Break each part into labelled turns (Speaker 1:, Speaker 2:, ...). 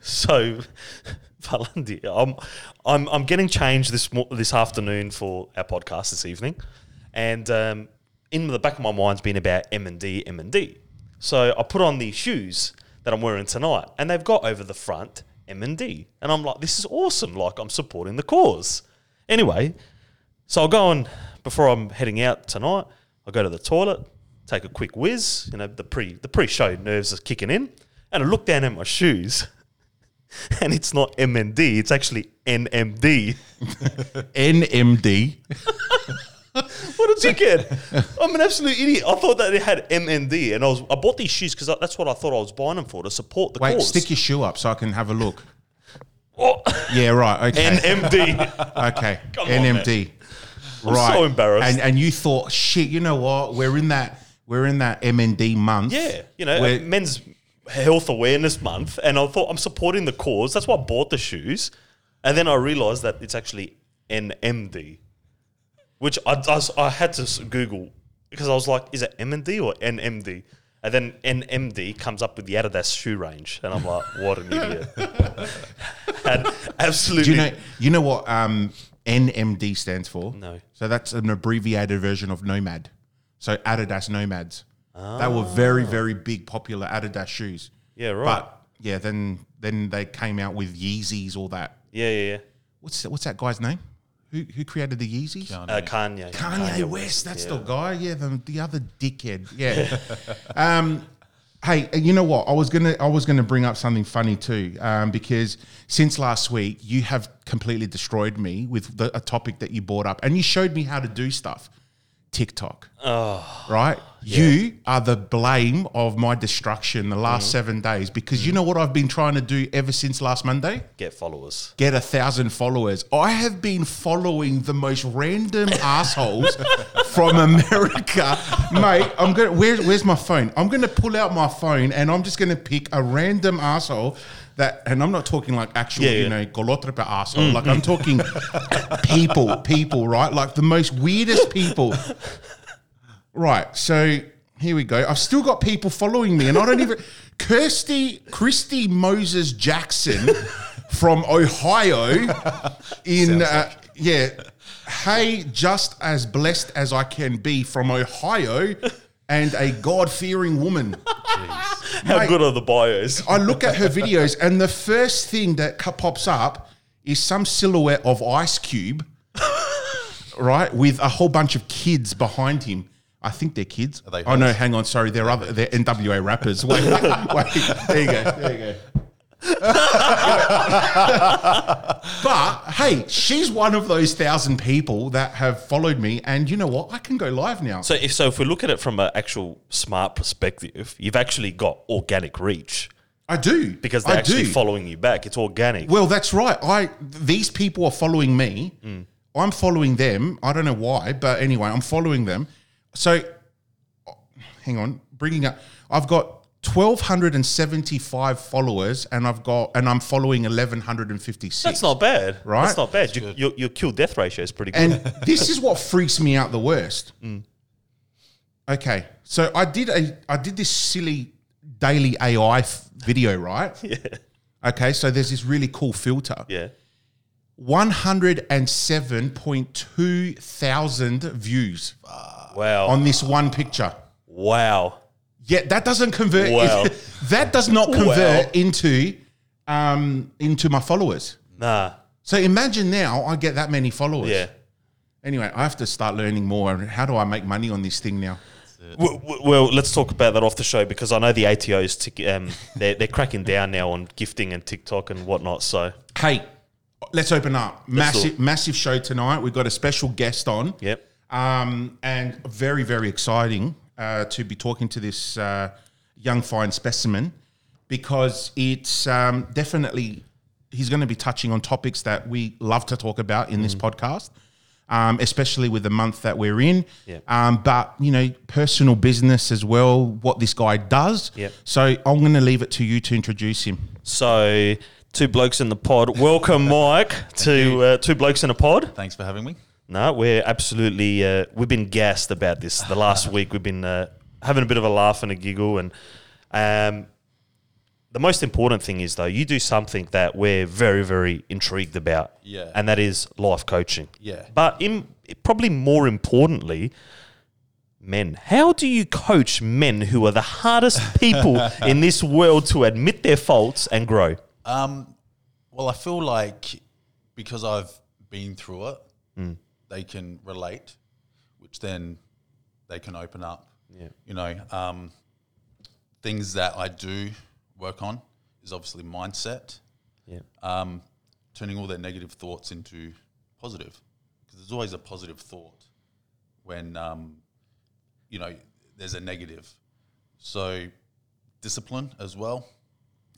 Speaker 1: So, Valandi, I'm, I'm, I'm getting changed this mo- this afternoon for our podcast this evening, and um, in the back of my mind's been about M and D, M and D. So I put on these shoes that I'm wearing tonight, and they've got over the front M and D, and I'm like, this is awesome. Like I'm supporting the cause. Anyway, so I'll go and before I'm heading out tonight, I'll go to the toilet, take a quick whiz, you know, the pre the pre-show nerves are kicking in, and I look down at my shoes. And it's not MND, it's actually NMD.
Speaker 2: NMD.
Speaker 1: What a dickhead. I'm an absolute idiot. I thought that it had MND and I was I bought these shoes because that's what I thought I was buying them for to support the
Speaker 2: Wait,
Speaker 1: cause.
Speaker 2: stick your shoe up so I can have a look.
Speaker 1: Oh,
Speaker 2: Yeah, right. Okay.
Speaker 1: NMD.
Speaker 2: okay.
Speaker 1: Come on,
Speaker 2: NMD.
Speaker 1: I'm so embarrassed.
Speaker 2: And and you thought, shit, you know what? We're in that we're in that MND month.
Speaker 1: Yeah, you know,
Speaker 2: Where-
Speaker 1: men's health awareness month, and I thought I'm supporting the cause. That's why I bought the shoes, and then I realised that it's actually NMD, which I, I, s- I had to s- Google because I was like, is it MND or NMD? And then NMD comes up with the Adidas shoe range, and I'm like, what an idiot! and
Speaker 2: Do
Speaker 1: absolutely,
Speaker 2: you know you know what um, NMD stands for?
Speaker 1: No.
Speaker 2: So that's an abbreviated version of Nomad. So Adidas Nomads. They were very very big popular Adidas shoes.
Speaker 1: Ah. yeah, right,
Speaker 2: But yeah, then then they came out with Yeezys all that.
Speaker 1: yeah, yeah, yeah.
Speaker 2: What's that, what's that guy's name? Who who created the Yeezys?
Speaker 1: Uh, Kanye,
Speaker 2: Kanye West, that's the guy. Yeah, the, the other dickhead. Yeah. um, hey, and you know what? I was gonna I was gonna bring up something funny too, um, because since last week you have completely destroyed me with the, a topic that you brought up, and you showed me how to do stuff. TikTok. right? You are the blame of my destruction the last seven days because you know what I've been trying to do ever since last Monday?
Speaker 1: get followers.
Speaker 2: get a thousand followers. I have been following the most random assholes from America, mate. I'm gonna where, where's my phone? I'm gonna pull out my phone and I'm just gonna pick a random asshole that, and I'm not talking like actual,
Speaker 1: Yeah, Mm, yeah.
Speaker 2: you know, golotrepa asshole. Like I'm talking people, people, right? Like the most weirdest people. Right, so here we go. I've still got people following me, and I don't even. Kirsty Christy Moses Jackson from Ohio, in uh, yeah, hey, just as blessed as I can be from Ohio, and a God fearing woman.
Speaker 1: How good are the bios?
Speaker 2: I look at her videos, and the first thing that co- pops up is some silhouette of Ice Cube, right, with a whole bunch of kids behind him. I think they're kids.
Speaker 3: they
Speaker 2: oh no,
Speaker 3: hoes?
Speaker 2: hang on, sorry, they're other they're NWA rappers. Wait, wait, there you go, there you go. but hey, she's one of those thousand people that have followed me, and you know what? I can go live now.
Speaker 1: So if so, if we look at it from an actual smart perspective, you've actually got organic reach
Speaker 2: I do
Speaker 1: because they're
Speaker 2: I
Speaker 1: actually
Speaker 2: do.
Speaker 1: following you back. It's organic.
Speaker 2: Well, that's right. I these people are following me. I'm following them. I don't know why, but anyway, I'm following them. So, hang on, bringing up. I've got 1,275 followers, and I've got and I'm following 1,156.
Speaker 1: That's not bad,
Speaker 2: Right?
Speaker 1: That's not bad. Your, your, your kill death ratio is pretty good.
Speaker 2: and this is what freaks me out the worst. Okay, so I did a I did this silly daily AI f- video, right? yeah. Okay, so there's this really cool filter.
Speaker 1: yeah,
Speaker 2: 107.2 thousand views
Speaker 1: wow,
Speaker 2: on this one picture.
Speaker 1: wow.
Speaker 2: Yet that doesn't convert.
Speaker 1: Wow.
Speaker 2: that does not convert
Speaker 1: Wow.
Speaker 2: into um, into my followers.
Speaker 1: Nah,
Speaker 2: So imagine now I get that many followers.
Speaker 1: yeah.
Speaker 2: Anyway, I have to start learning more. How do I make money on this thing now?
Speaker 1: W- w- Well, let's talk about that off the show because I know the ATOs tick um, they're they're cracking down now on gifting and TikTok and whatnot. So
Speaker 2: Hey, let's open up. Massive
Speaker 1: talk.
Speaker 2: massive show tonight. We've got a special guest on.
Speaker 1: yep,
Speaker 2: um, and very very exciting uh, to be talking to this uh, young fine specimen because it's um, definitely he's going to be touching on topics that we love to talk about in this podcast um, especially with the month that we're in
Speaker 1: Yeah.
Speaker 2: um, but you know personal business as well what this guy does
Speaker 1: Yep.
Speaker 2: so i'm going to leave it to you to introduce him
Speaker 1: so two blokes in the pod. Welcome, Mike, to uh, two blokes in a pod.
Speaker 3: Thanks for having me.
Speaker 1: No, we're absolutely uh, we've been gassed about this. The last week we've been uh, having a bit of a laugh and a giggle, and um, the most important thing is though you do something that we're very very intrigued about
Speaker 3: Yeah.
Speaker 1: and that is life coaching
Speaker 3: Yeah.
Speaker 1: but in, probably more importantly men how do you coach men who are the hardest people in this world to admit their faults and grow
Speaker 3: Well, I feel like because I've been through it, they can relate, which then they can open up. Yeah. You know, um, things that I do work on is obviously mindset,
Speaker 1: yeah
Speaker 3: um, turning all their negative thoughts into positive. Because there's always a positive thought when, um, you know, there's a negative. So, discipline as well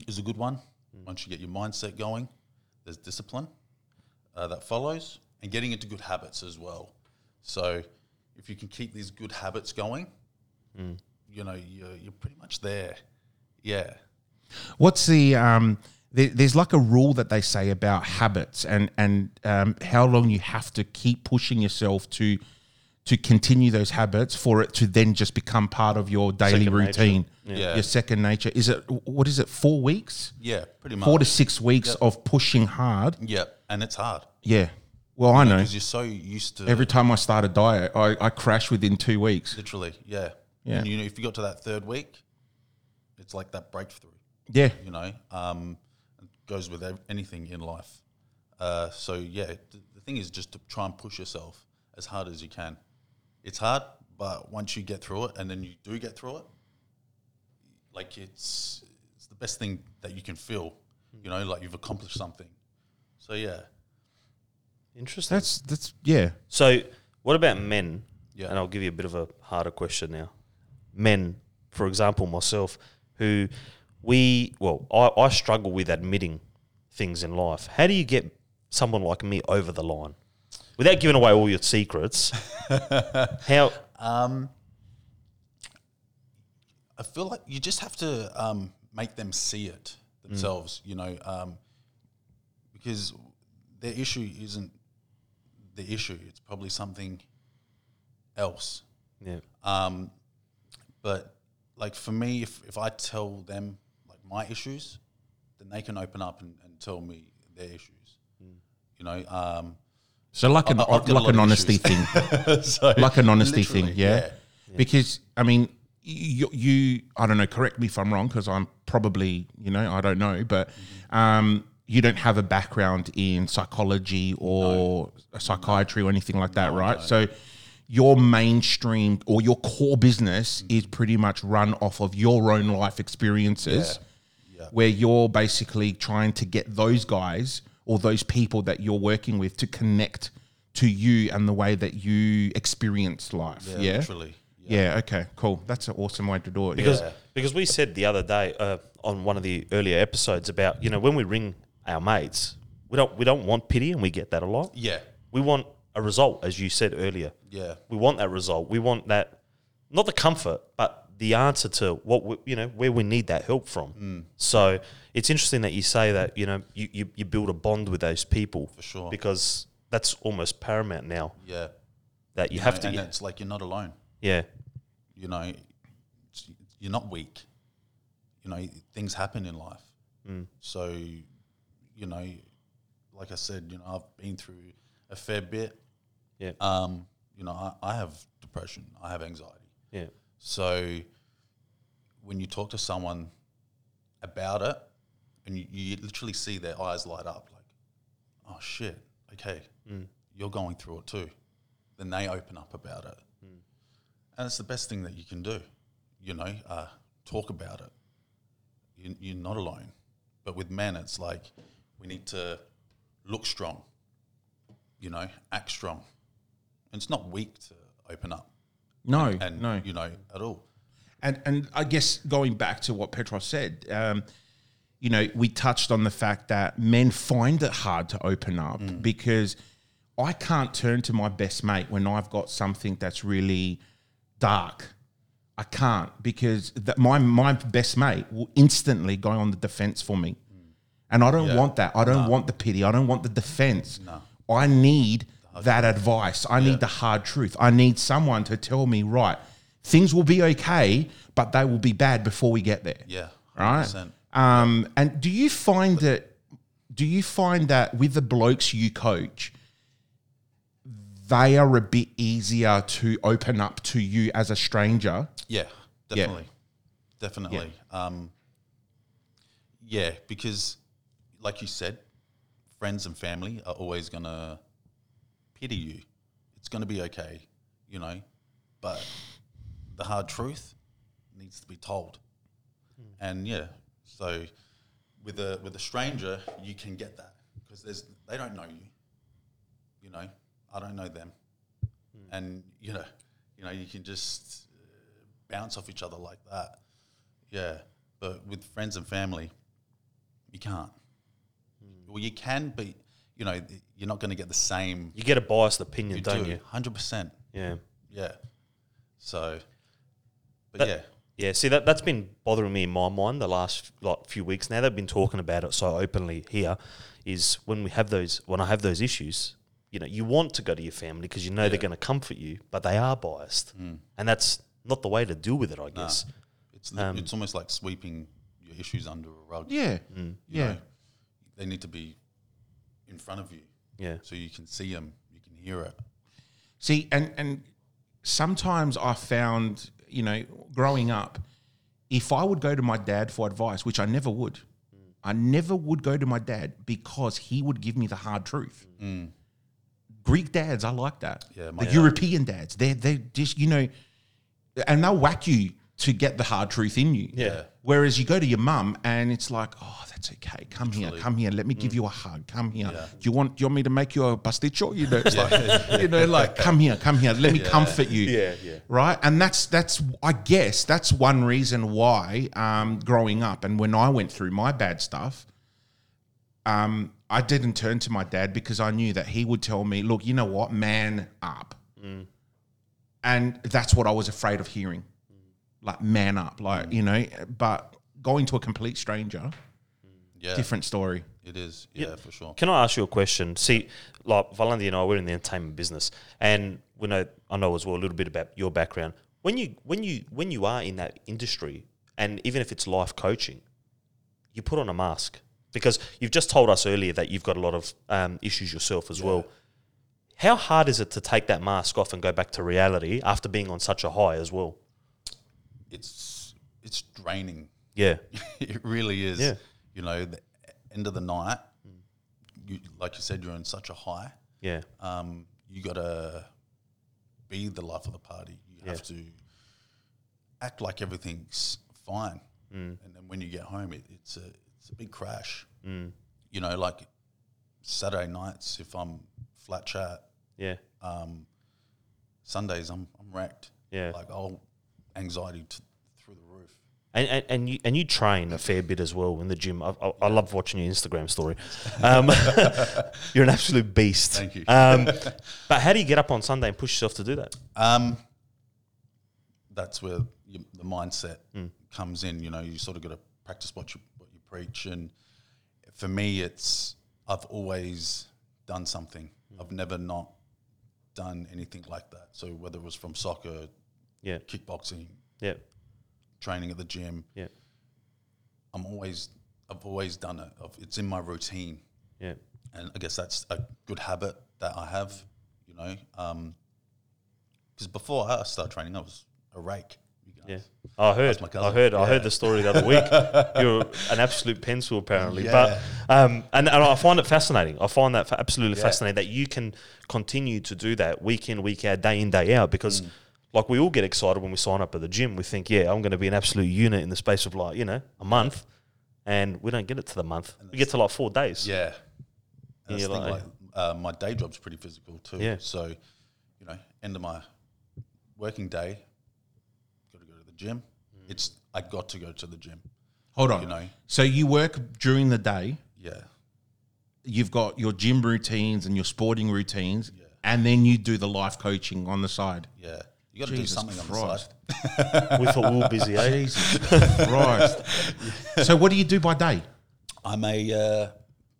Speaker 3: is a good one. Once you get your mindset going, there's discipline uh, that follows and getting into good habits as well. So, if you can keep these good habits going,
Speaker 2: Mm.
Speaker 3: you know, you're, you're pretty much there. Yeah.
Speaker 2: What's the um? There, there's like a rule that they say about habits and and um, how long you have to keep pushing yourself to to continue those habits for it to then just become part of your daily
Speaker 1: Second nature.
Speaker 2: routine.
Speaker 3: Yeah.
Speaker 2: Your second nature is it? What is it? Four weeks?
Speaker 3: Yeah, pretty much.
Speaker 2: Four to six weeks of pushing hard.
Speaker 3: yeah. And it's hard
Speaker 2: Yeah. Well, I know.
Speaker 3: because you're so used to
Speaker 2: Every time I start a diet, I, I crash within two weeks.
Speaker 3: Literally, yeah.
Speaker 2: Yeah.
Speaker 3: And you know, if you got to that third week, it's like that breakthrough.
Speaker 2: Yeah.
Speaker 3: You know, um, it goes with ev- anything in life. Uh, so yeah, th- the thing is just to try and push yourself as hard as you can. It's hard, but once you get through it, and then you do get through it, like it's it's the best thing that you can feel. You know, like you've accomplished something. So yeah,
Speaker 1: interesting
Speaker 2: That's that's yeah.
Speaker 1: So, what about men?
Speaker 3: Yeah.
Speaker 1: And I'll give you a bit of a harder question now. Men, for example, myself, who we, well, I, I struggle with admitting things in life. How do you get someone like me over the line? Without giving away all your secrets, how
Speaker 3: I feel like you just have to um, make them see it themselves, you know, um, because their issue isn't the issue. It's probably something else.
Speaker 1: yeah,
Speaker 3: Um, but like for me, if, if I tell them like my issues, then they can open up and, and tell me their issues, you know. Um,
Speaker 2: So like an
Speaker 3: I- I've got a
Speaker 2: like
Speaker 3: lot
Speaker 2: an
Speaker 3: of
Speaker 2: honesty
Speaker 3: issues.
Speaker 2: thing.
Speaker 3: so
Speaker 2: like an honesty
Speaker 3: literally,
Speaker 2: thing, yeah?
Speaker 3: yeah.
Speaker 2: Because I mean, you, you I don't know. Correct me if I'm wrong, because I'm probably you know I don't know, but um, you don't have a background in psychology or psychiatry or anything like that, right? So your mainstream or your core business is pretty much run off of your own life experiences where you're basically trying to get those guys or those people that you're working with to connect to you and the way that you experience life. Yeah. Yeah.
Speaker 3: literally.
Speaker 2: okay. Cool. That's an awesome way to do it.
Speaker 1: because because we said the other day uh, on one of the earlier episodes about you know when we ring our mates, we don't we don't want pity, and we get that a lot.
Speaker 3: Yeah,
Speaker 1: We want a result, as you said earlier.
Speaker 3: yeah,
Speaker 1: We want that result. We want that, not the comfort, but the answer to what we, you know where we need that help from.
Speaker 3: Hmm.
Speaker 1: So it's interesting that you say that you know you, you, you build a bond with those people for
Speaker 3: sure.
Speaker 1: because that's almost paramount now
Speaker 3: yeah.
Speaker 1: that you have to
Speaker 3: and
Speaker 1: get,
Speaker 3: it's like you're not alone.
Speaker 1: yeah
Speaker 3: you know, it's- you're not weak. You know, things happen in life. So, you know, like I said, you know, I've been through a fair bit.
Speaker 1: Yeah.
Speaker 3: Um, you know, I, I have depression. I have anxiety.
Speaker 1: yeah
Speaker 3: So, when you talk to someone about it, and you, you literally see their eyes light up, like, "Oh shit, okay, you're going through it too," then they open up about it, and it's the best thing that you can do. You know, uh, talk about it. You, you're not alone. But with men, it's like we need to look strong. You know, act strong. And it's not weak to open up
Speaker 2: no,
Speaker 3: and
Speaker 2: no.
Speaker 3: you know at all.
Speaker 2: And and I guess going back to what Petros said, um, you know, we touched on the fact that men find it hard to open up because I can't turn to my best mate when I've got something that's really dark. I can't because that my my best mate will instantly go on the defense for me. And I don't want that. I don't want the pity. I don't want the defense. I need that advice. I need the hard truth. I need someone to tell me, right, things will be okay, but they will be bad before we get there.
Speaker 3: Yeah,
Speaker 2: Right.
Speaker 3: 100%.
Speaker 2: Um, and do you find that? Do you find that with the blokes you coach, they are a bit easier to open up to you as a stranger?
Speaker 3: Yeah, definitely, definitely. Yeah. Um, yeah, because like you said, friends and family are always gonna pity you. It's gonna be okay, you know. But the hard truth needs to be told, and yeah, so with a with a stranger, you can get that because there's they don't know you, you know. I don't know them, and you know, you know, you can just uh, bounce off each other like that. Yeah. But with friends and family, you can't. Well, you can, but you know, th- you're not going to get the same.
Speaker 1: You get a biased opinion,
Speaker 3: You
Speaker 1: don't
Speaker 3: do
Speaker 1: you?
Speaker 3: 100%.
Speaker 1: Yeah.
Speaker 3: Yeah. So, but
Speaker 1: That-
Speaker 3: yeah.
Speaker 1: Yeah, see that that's been bothering me in my mind the last like few weeks now. They've been talking about it so openly here. Is when we have those when I have those issues, you know, you want to go to your family because you know they're going to comfort you, but they are biased, and that's not the way to deal with it. I guess.
Speaker 3: It's it's almost like sweeping your issues under a rug.
Speaker 2: Yeah,
Speaker 3: You
Speaker 2: yeah.
Speaker 3: know, they need to be in front of you
Speaker 1: Yeah.
Speaker 3: so you can see them, you can hear it.
Speaker 2: See, and and sometimes I found, you know, growing up, if I would go to my dad for advice, which I never would, I never would go to my dad because he would give me the hard truth. Greek dads, I like that.
Speaker 3: Mm. Yeah, my
Speaker 2: the European dads, they they just you know, and they'll whack you to get the hard truth in you.
Speaker 1: Yeah.
Speaker 2: Whereas you go to your mum and it's like, oh, that's okay. Come here, come here. Let
Speaker 1: Mm.
Speaker 2: me give you a hug. Come here. Do you want do you want me to make you a pasticho? You know, it's like, you know, like come here, come here. Let me comfort you.
Speaker 1: Yeah, yeah.
Speaker 2: Right, and that's that's I guess that's one reason why um, growing up and when I went through my bad stuff, um, I didn't turn to my dad because I knew that he would tell me, "Look, you know what, man up,"
Speaker 3: Mm.
Speaker 2: and that's what I was afraid of hearing like man up,
Speaker 3: Mm.
Speaker 2: like you know. But going to a complete stranger,
Speaker 3: Yeah.
Speaker 2: different story.
Speaker 3: It is. Yeah, for sure.
Speaker 1: Can I ask you a question? See, like Valandi and I, we're in the entertainment business, and we know I know as well a little bit about your background. When you when you when you are in that industry, and even if it's life coaching, you put on a mask because you've just told us earlier that you've got a lot of um, issues yourself as well. How hard is it to take that mask off and go back to reality after being on such a high as well?
Speaker 3: It's it's draining.
Speaker 1: Yeah,
Speaker 3: it really is.
Speaker 1: Yeah.
Speaker 3: You know, the end of the night, you, like you said, you're in such a high.
Speaker 1: yeah,
Speaker 3: Um, you got to be the life of the party. You have to act like everything's fine. And then when you get home, it, it's a it's a big crash. Mm. You know, like Saturday nights, if I'm flat chat, um,
Speaker 1: yeah,
Speaker 3: Sundays I'm I'm wrecked.
Speaker 1: Yeah.
Speaker 3: like I'll anxiety t- through the roof.
Speaker 1: and and, and you and you train a fair bit as well in the gym. I, I, I love watching your Instagram story. Um, you're an absolute beast.
Speaker 3: Thank you.
Speaker 1: Um, but how do you get up on Sunday and push yourself to do that?
Speaker 3: Um, that's where you, the mindset comes in. You know, you sort of got to practice what you what you preach. And for me, it's I've always done something. I've never not done anything like that. So whether it was from soccer,
Speaker 1: Yeah,
Speaker 3: kickboxing,
Speaker 1: yeah,
Speaker 3: training at the gym,
Speaker 1: yeah,
Speaker 3: I'm always I've always done it. I've, it's in my routine.
Speaker 1: yeah,
Speaker 3: and I guess that's a good habit that I have, you know. Because before I started training, I was a rake. You guys.
Speaker 1: yeah. I heard.
Speaker 3: That's my cousin.
Speaker 1: I heard. I
Speaker 3: Yeah.
Speaker 1: heard the story the other week. You're an absolute pencil, apparently.
Speaker 3: Yeah.
Speaker 1: But um, and, and I find it fascinating. I find that fa- absolutely fascinating that you can continue to do that week in, week out, day in, day out. Because
Speaker 3: Mm.
Speaker 1: like we all get excited when we sign up at the gym. We think, yeah, I'm going to be an absolute unit in the space of like you know a month, and we don't get it to the month. We get to like four days.
Speaker 3: Yeah.
Speaker 1: Yeah,
Speaker 3: And that's the thing,
Speaker 1: like-
Speaker 3: like, uh, my day job's pretty physical too.
Speaker 1: Yeah.
Speaker 3: So, you know, end of my working day, got to go to the gym. It's I got to go to the gym.
Speaker 2: Hold on.
Speaker 3: You know.
Speaker 2: So you work during the day.
Speaker 3: Yeah.
Speaker 2: You've got your gym routines and your sporting routines, and then you do the life coaching on the side.
Speaker 3: Yeah. You got to do
Speaker 2: Jesus
Speaker 3: something on the
Speaker 2: Christ.
Speaker 3: side.
Speaker 1: we thought we were busy. Eh?
Speaker 2: Jesus Christ! So what do you do by day?
Speaker 3: I'm a uh,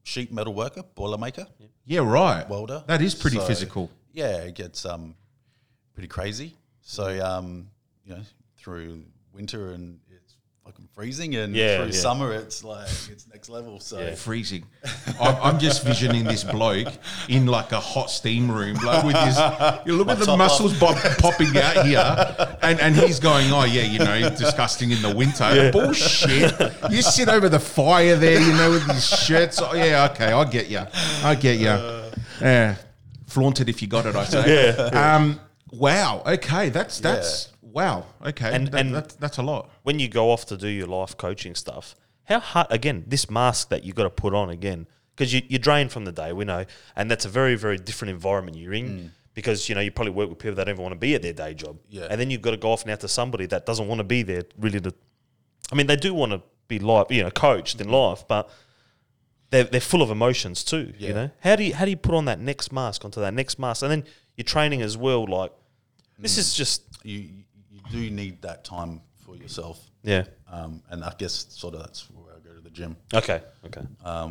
Speaker 3: sheet metal worker, boiler maker.
Speaker 2: Yeah, right.
Speaker 3: welder.
Speaker 2: That is pretty
Speaker 3: So,
Speaker 2: physical.
Speaker 3: Yeah, it gets um,
Speaker 1: Mm-hmm.
Speaker 3: pretty crazy. So um, you know, through winter and it's like I'm freezing, and
Speaker 1: Yeah,
Speaker 3: through
Speaker 1: yeah.
Speaker 3: summer it's like it's next level. So
Speaker 1: Yeah.
Speaker 2: freezing. I'm, I'm just visioning this bloke in like a hot steam room, like with his. You look at the
Speaker 3: top
Speaker 2: muscles pop, popping out here, and, and he's going, "Oh yeah, you know, disgusting in the winter." Bullshit. You sit over the fire there, you know, with these shirts. Oh yeah, okay, I get you. I get you.
Speaker 1: Uh.
Speaker 2: Yeah, flaunt it if you got it. I say.
Speaker 1: Yeah,
Speaker 2: Um. Wow. Okay. That's that's wow. Okay.
Speaker 1: And-
Speaker 2: And,
Speaker 1: and-
Speaker 2: that, that's a lot.
Speaker 1: when you go off to do your life coaching stuff, how hard again this mask that you got to put on again because you, you're drained from the day we know, and that's a very very different environment you're in because you know you probably work with people that don't even want to be at their day job,
Speaker 3: Mm. Yeah.
Speaker 1: and then you've got to go off now to somebody that doesn't want to be there really. To, I mean, they do want to be life, you know, coached
Speaker 3: Mm-hmm.
Speaker 1: in life, but they're, they're full of emotions too. You
Speaker 3: Yeah.
Speaker 1: know, how do you how do you put on that next mask onto that next mask, and then your training as well? Like this
Speaker 3: Mm.
Speaker 1: is just
Speaker 3: you you do need that time for yourself,
Speaker 1: yeah.
Speaker 3: um, and I guess sort of that's where I go to the gym.
Speaker 1: Okay. Okay.
Speaker 3: Uh,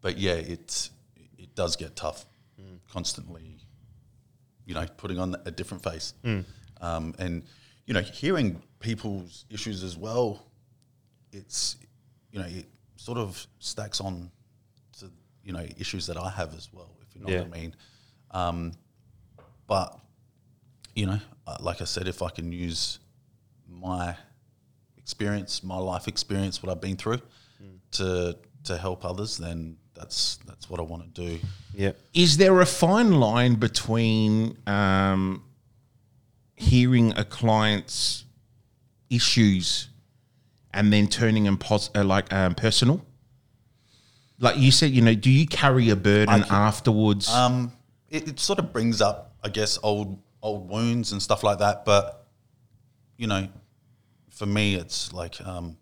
Speaker 3: But yeah, it's it does get tough constantly. You know, putting on a different face, um, and you know, hearing people's issues as well. It's you know, it sort of stacks on to you know issues that I have as well. If you know
Speaker 1: Yeah.
Speaker 3: what I mean. Um, but you know, uh, like I said, if I can use my experience, my life experience, what I've been through, to to help others, then that's that's what I want to do.
Speaker 1: yeah.
Speaker 2: Is there a fine line between um, hearing a client's issues and then turning them pos- uh, like um, personal? Like you said, you know, do you carry a burden afterwards?
Speaker 3: Um, it, it sort of brings up, I guess, old old wounds and stuff like that. But you know, for me, it's like um,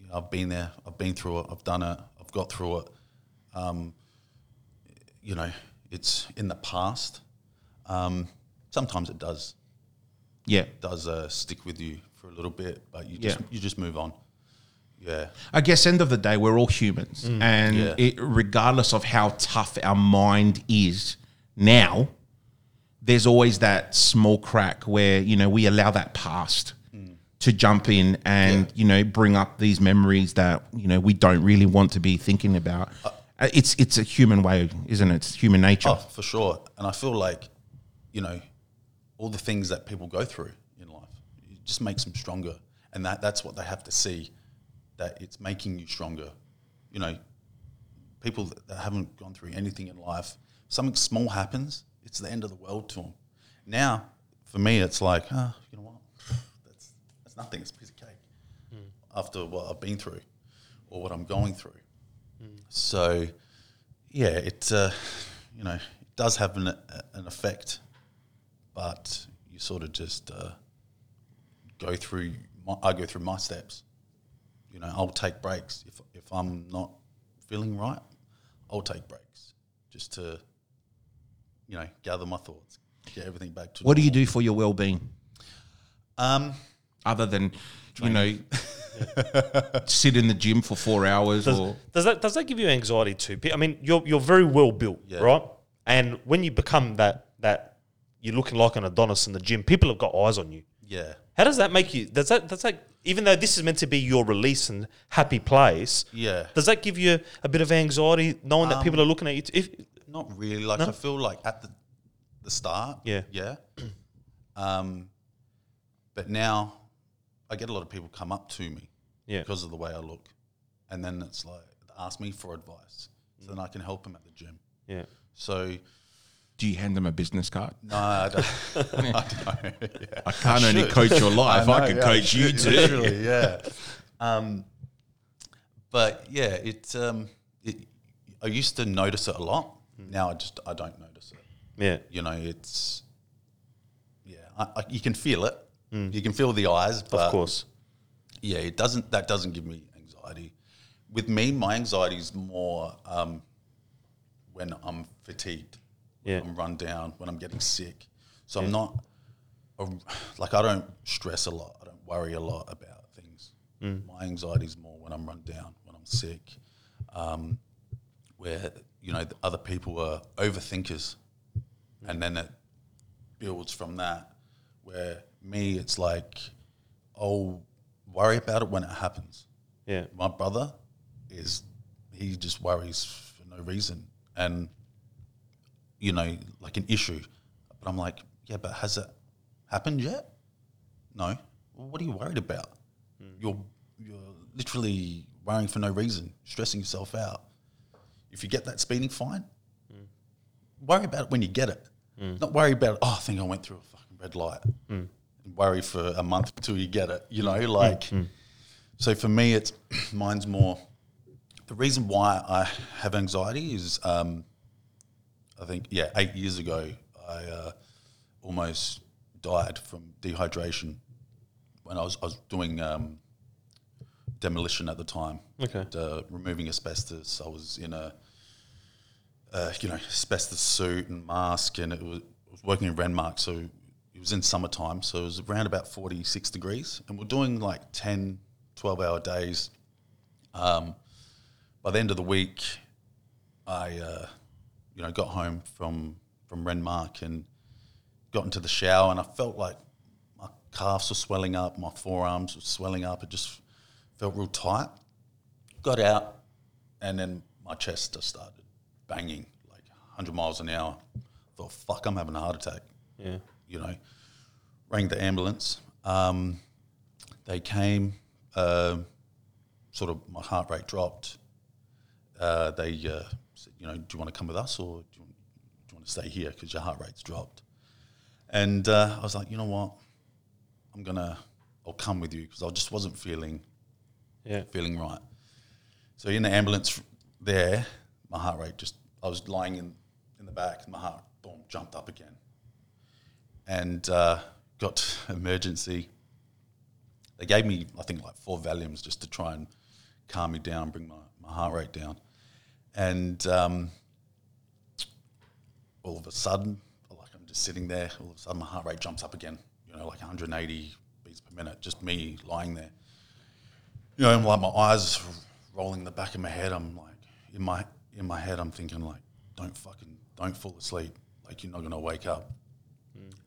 Speaker 3: you know, I've been there, I've been through it, I've done it, I've got through it. Um, you know, it's in the past. Um, sometimes it does
Speaker 2: yeah,
Speaker 3: does uh, stick with you for a little bit, but you just
Speaker 2: Yeah.
Speaker 3: you just move on. Yeah,
Speaker 2: I guess end of the day, we're all humans, and
Speaker 3: Mm. Yeah.
Speaker 2: it, regardless of how tough our mind is now, there's always that small crack where you know we allow that past
Speaker 3: Mm.
Speaker 2: to jump in and you know bring up these memories that you know we don't really want to be thinking about. Uh, it's it's a human way, isn't it? It's human nature.
Speaker 3: oh, for sure. And I feel like, you know, all the things that people go through in life, it just makes them stronger. And that, that's what they have to see, that it's making you stronger. You know, people that, that haven't gone through anything in life, something small happens, it's the end of the world to them. Now, for me, it's like, ah, you know what? That's, that's nothing. It's a piece of cake after what I've been through or what I'm going through. So, yeah, it uh, you know it does have an, an effect, but you sort of just uh, go through. My, I go through my steps. You know, I'll take breaks if if I'm not feeling right. I'll take breaks just to you know gather my thoughts, get everything back to
Speaker 2: What do you do for your well being?
Speaker 3: Um,
Speaker 2: Other than you know, sit in the gym for four hours or
Speaker 1: Does that does that give you anxiety too? Pe- I mean, you're you're very well built, right? And when you become that that you're looking like an Adonis in the gym, people have got eyes on you.
Speaker 3: yeah,
Speaker 1: How does that make you? Does that does that even though this is meant to be your release and happy place?
Speaker 3: Yeah.
Speaker 1: Does that give you a bit of anxiety knowing that
Speaker 3: Um,
Speaker 1: people are looking at you? T- if
Speaker 3: Not really. Like I feel like at the the start.
Speaker 1: Yeah.
Speaker 3: Yeah. Um, but now I get a lot of people come up to me
Speaker 1: yeah,
Speaker 3: because of the way I look, and then it's like they ask me for advice, so then I can help them at the gym.
Speaker 1: yeah,
Speaker 3: So
Speaker 2: do you hand them a business card?
Speaker 3: no, I don't. I don't know.
Speaker 2: I can't only
Speaker 3: should.
Speaker 2: coach your life. I,
Speaker 3: know,
Speaker 2: can
Speaker 3: yeah,
Speaker 2: coach you
Speaker 3: should,
Speaker 2: too.
Speaker 3: literally, yeah. Um, but yeah, it's um, it, I used to notice it a lot. Now I just I don't notice it.
Speaker 1: yeah,
Speaker 3: you know, it's yeah, I, I, you can feel it. You can feel the eyes, but
Speaker 1: Mm. of course.
Speaker 3: yeah, it doesn't. That doesn't give me anxiety. With me, my anxiety is more um, when I'm fatigued,
Speaker 1: Yeah.
Speaker 3: when I'm run down, when I'm getting sick. So I'm not a, like I don't stress a lot. I don't worry a lot about things.
Speaker 1: Mm.
Speaker 3: My anxiety is more when I'm run down, when I'm sick, um, where you know the other people are overthinkers,
Speaker 1: Mm.
Speaker 3: and then it builds from that. Where me, it's like, oh, worry about it when it happens.
Speaker 1: Yeah.
Speaker 3: My brother is he just worries for no reason and you know, like an issue. But I'm like, yeah, but has it happened yet? No. Well, what are you worried about? You're you're literally worrying for no reason, stressing yourself out. If you get that speeding fine, worry about it when you get it. Not worry about, oh, I think I went through a fucking red light. And worry for a month till you get it, you know, like. So for me, it's mine's more. The reason why I have anxiety is, um, I think, yeah, eight years ago, I uh, almost died from dehydration when I was I was doing um, demolition at the time.
Speaker 1: Okay.
Speaker 3: And, uh, removing asbestos, I was in a uh, you know, asbestos suit and mask, and it was, I was working in Renmark, so it was in summertime, so it was around about 46 degrees, and we're doing like 10, 12 hour days. Um, by the end of the week, I, uh, you know, got home from, from Renmark and got into the shower, and I felt like my calves were swelling up, my forearms were swelling up, it just felt real tight. Got out, and then my chest just started banging like 100 miles an hour. Thought, fuck, I'm having a heart attack.
Speaker 1: Yeah.
Speaker 3: You know, rang the ambulance. Um, they came. Uh, sort of, my heart rate dropped. Uh, they uh, said, you know, do you want to come with us or do you, want- do you want to stay here because your heart rate's dropped? And uh, I was like, you know what, I'm gonna, I'll come with you because I just wasn't feeling
Speaker 1: Yeah.
Speaker 3: feeling right. So in the ambulance there, my heart rate just I was lying in, in the back, my heart boom jumped up again. And uh, got to emergency. They gave me I think like four Valiums just to try and calm me down, bring my, my heart rate down. And um, all of a sudden, like I'm just sitting there, all of a sudden my heart rate jumps up again, you know, like 180 beats per minute, just me lying there you know, I'm like my eyes rolling the back of my head. I'm like in my in my head, I'm thinking like, don't fucking don't fall asleep. Like you're not gonna wake up.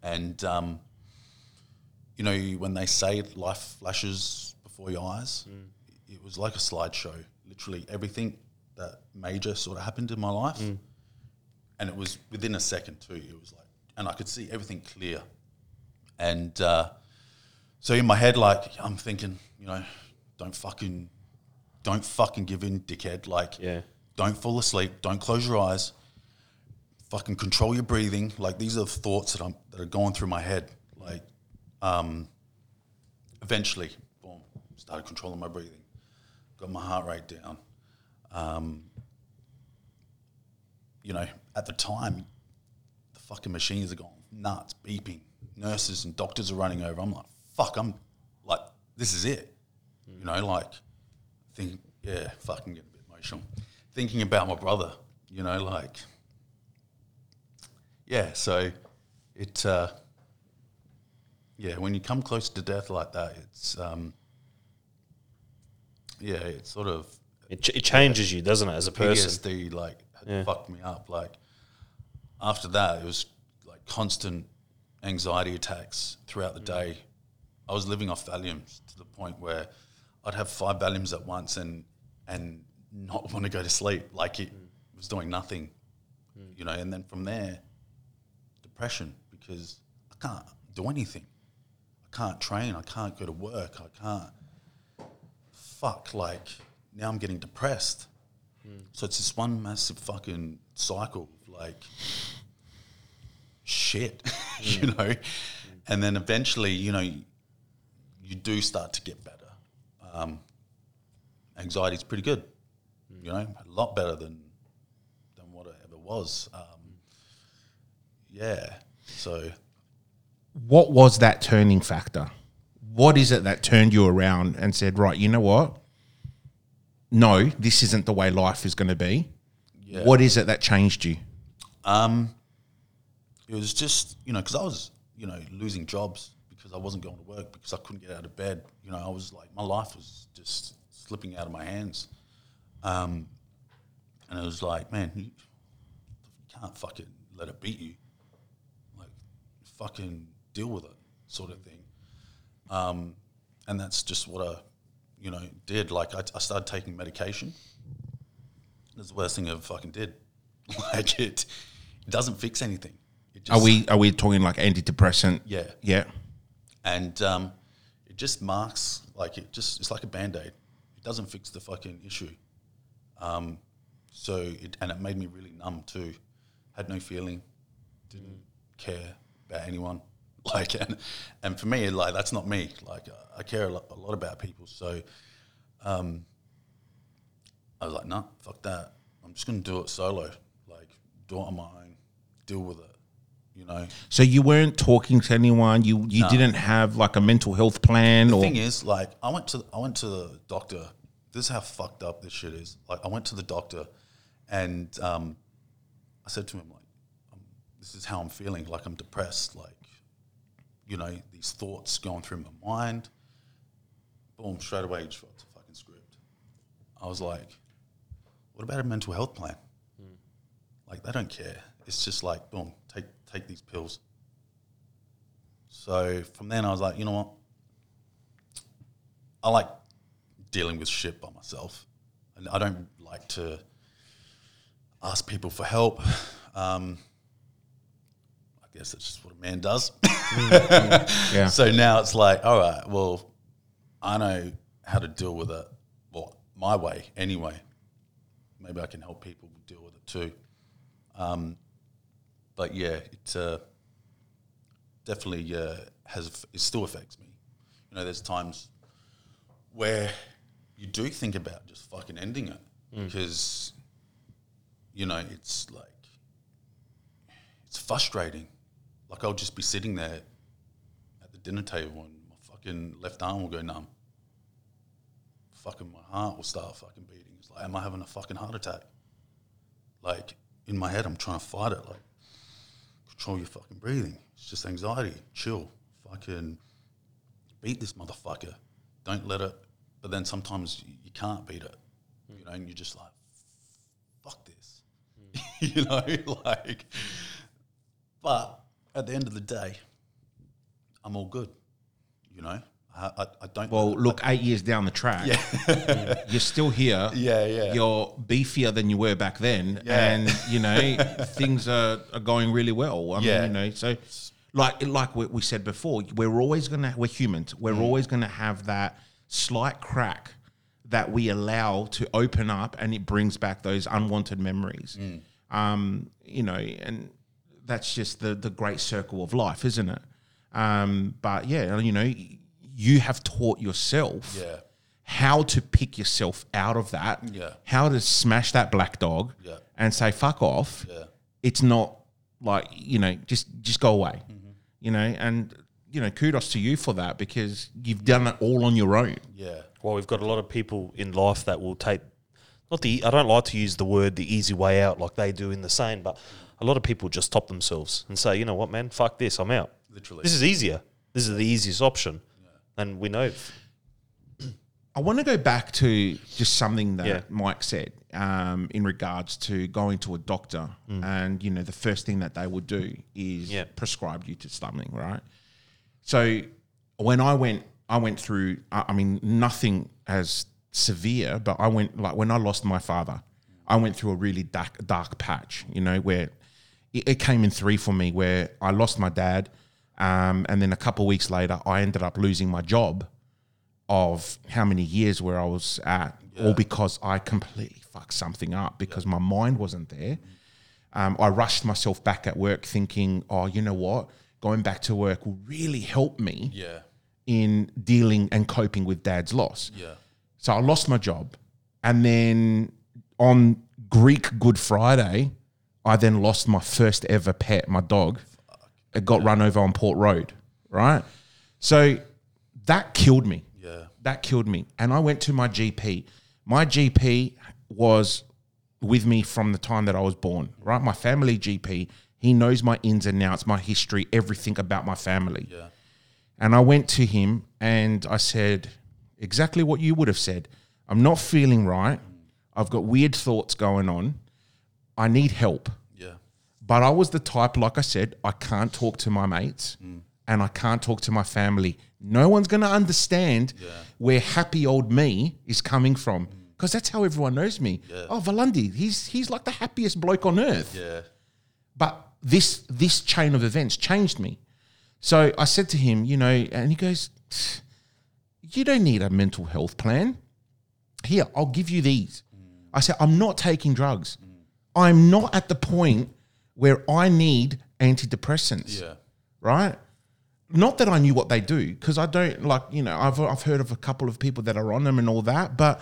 Speaker 3: And um, you know, when they say life flashes before your eyes, it was like a slideshow. Literally everything that major sort of happened in my life, and it was within a second too. It was like, and I could see everything clear. And uh, so in my head, like I'm thinking, you know, don't fucking, don't fucking give in, dickhead. Like,
Speaker 1: Yeah.
Speaker 3: don't fall asleep. Don't close your eyes. Fucking control your breathing. Like these are the thoughts that I'm that are going through my head. Like, um, eventually, boom, started controlling my breathing. Got my heart rate down. Um, you know, at the time, the fucking machines are going nuts, beeping. Nurses and doctors are running over. I'm like, fuck, I'm like, this is it. You know, like, think, yeah, fucking get a bit emotional. Thinking about my brother, you know, like, yeah, so it, uh, yeah, when you come close to death like that, it's, um, yeah, it's sort of
Speaker 1: It, ch- it changes you, doesn't it, as a person?
Speaker 3: PTSD like had fucked me up. Like after that, it was like constant anxiety attacks throughout the day. I was living off Valiums to the point where I'd have five Valiums at once and and not want to go to sleep. Like it was doing nothing, you know. And then from there, depression because I can't do anything. I can't train. I can't go to work. I can't. Fuck! Like now I'm getting depressed. So it's this one massive fucking cycle of like shit, you know? And then eventually, you know, you do start to get better. Um, anxiety's pretty good, you know, a lot better than than what it ever was. Um, yeah. So
Speaker 2: What was that turning factor? What is it that turned you around and said, right, you know what? No, this isn't the way life is going to be.
Speaker 3: Yeah.
Speaker 2: What is it that changed you?
Speaker 3: Um, it was just you know because I was you know losing jobs because I wasn't going to work because I couldn't get out of bed. You know, I was like my life was just slipping out of my hands. Um, and it was like, man, you, you can't fucking let it beat you. Like, fucking deal with it, sort of thing. Um, and that's just what I, you know, did. Like I, I started taking medication. It's the worst thing I ever fucking did. Like it, it doesn't fix anything. It just,
Speaker 2: Are we are we talking like antidepressant?
Speaker 3: Yeah.
Speaker 2: Yeah.
Speaker 3: And um, it just marks like it just it's like a band aid. It doesn't fix the fucking issue. Um, so it and it made me really numb too. Had no feeling. Didn't care about anyone. Like and and for me like that's not me. Like I care a lot, a lot about people. So um, I was like, nah, fuck that. I'm just gonna do it solo. Like do it on my own. Deal with it. You know.
Speaker 2: So you weren't talking to anyone. You you didn't have like a mental health plan or
Speaker 3: thing is, like, I went to I went to the doctor. This is how fucked up this shit is. Like, I went to the doctor, and um, I said to him, like, um, "This is how I'm feeling. Like, I'm depressed. Like, you know, these thoughts going through my mind." Boom! Straight away, he just wrote the fucking script. I was like, "What about a mental health plan?" Like, they don't care. It's just like, boom, take take these pills. So from then, I was like, you know what? I like dealing with shit by myself. And I don't like to ask people for help. Um, I guess that's just what a man does.
Speaker 2: yeah.
Speaker 3: so now it's like, all right, well, I know how to deal with it. Well, my way anyway. Maybe I can help people deal with it too. Um, but yeah, it uh, definitely uh, has it still affects me. You know, there's times where you do think about just fucking ending it because you know it's like it's frustrating. Like I'll just be sitting there at the dinner table and my fucking left arm will go numb. Fucking my heart will start fucking beating. It's like, am I having a fucking heart attack? Like in my head, I'm trying to fight it. Like control your fucking breathing. It's just anxiety. Chill. Fucking beat this motherfucker. Don't let it. But then sometimes you, you can't beat it, you know, and you're just like, fuck this, you know, like. But at the end of the day, I'm all good, you know. I, I, I don't.
Speaker 2: Well, look, eight years down the track, you're still here.
Speaker 3: Yeah, yeah.
Speaker 2: You're beefier than you were back then,
Speaker 3: Yeah.
Speaker 2: and you know things are, are going really well. I
Speaker 3: Yeah.
Speaker 2: mean, you know, so like like we, we said before, we're always gonna we're humans. We're
Speaker 3: Mm.
Speaker 2: always gonna have that slight crack that we allow to open up, and it brings back those unwanted memories.
Speaker 3: Mm.
Speaker 2: Um, you know, and that's just the the great circle of life, isn't it? Um, but yeah, you know, you have taught yourself
Speaker 3: Yeah.
Speaker 2: how to pick yourself out of that,
Speaker 3: Yeah.
Speaker 2: how to smash that black dog
Speaker 3: Yeah.
Speaker 2: and say fuck off.
Speaker 3: Yeah.
Speaker 2: It's not like, you know, just just go away.
Speaker 3: Mm-hmm.
Speaker 2: You know, and you know, kudos to you for that because you've done it all on your own.
Speaker 3: Yeah.
Speaker 1: Well, we've got a lot of people in life that will take not the I don't like to use the word the easy way out like they do in the saying, but a lot of people just top themselves and say, you know what, man, fuck this, I'm out.
Speaker 3: Literally.
Speaker 1: This is easier. This is the easiest option. And we know
Speaker 2: I want to go back to just something that
Speaker 1: Yeah.
Speaker 2: Mike said um, in regards to going to a doctor, and you know the first thing that they would do is
Speaker 1: Mm. Yeah.
Speaker 2: prescribe you to something, right? So when I went, I went through. I I mean, nothing as severe, but I went like when I lost my father, I went through a really dark, dark patch. You know where it, it came in three for me, where I lost my dad, um, and then a couple weeks later, I ended up losing my job of how many years where I was at, all because I completely fucked something up because my mind wasn't there. Um, I rushed myself back at work thinking, oh, you know what? Going back to work will really help me
Speaker 3: Yeah.
Speaker 2: in dealing and coping with dad's loss.
Speaker 3: Yeah.
Speaker 2: So I lost my job. And then on Greek Good Friday, I then lost my first ever pet, my dog. It got run over on Port Road, right? So that killed me.
Speaker 3: Yeah.
Speaker 2: That killed me. And I went to my GP. My GP was with me from the time that I was born, right? My family GP, he knows my ins and outs, my history, everything about my family.
Speaker 3: Yeah.
Speaker 2: And I went to him and I said exactly what you would have said. I'm not feeling right. I've got weird thoughts going on. I need help.
Speaker 3: Yeah.
Speaker 2: But I was the type, like I said, I can't talk to my mates. and I can't talk to my family. No one's going to understand where happy old me is coming from because that's how everyone knows me. Oh, Valandi, he's he's like the happiest bloke on earth
Speaker 3: Yeah.
Speaker 2: but this this chain of events changed me. So I said to him, you know, and he goes, "You don't need a mental health plan. Here, I'll give you these." I said, "I'm not taking drugs. I'm not at the point where I need antidepressants."
Speaker 3: Yeah.
Speaker 2: right? Not that I knew what they do, because I don't like, you know, I've, I've heard of a couple of people that are on them and all that, but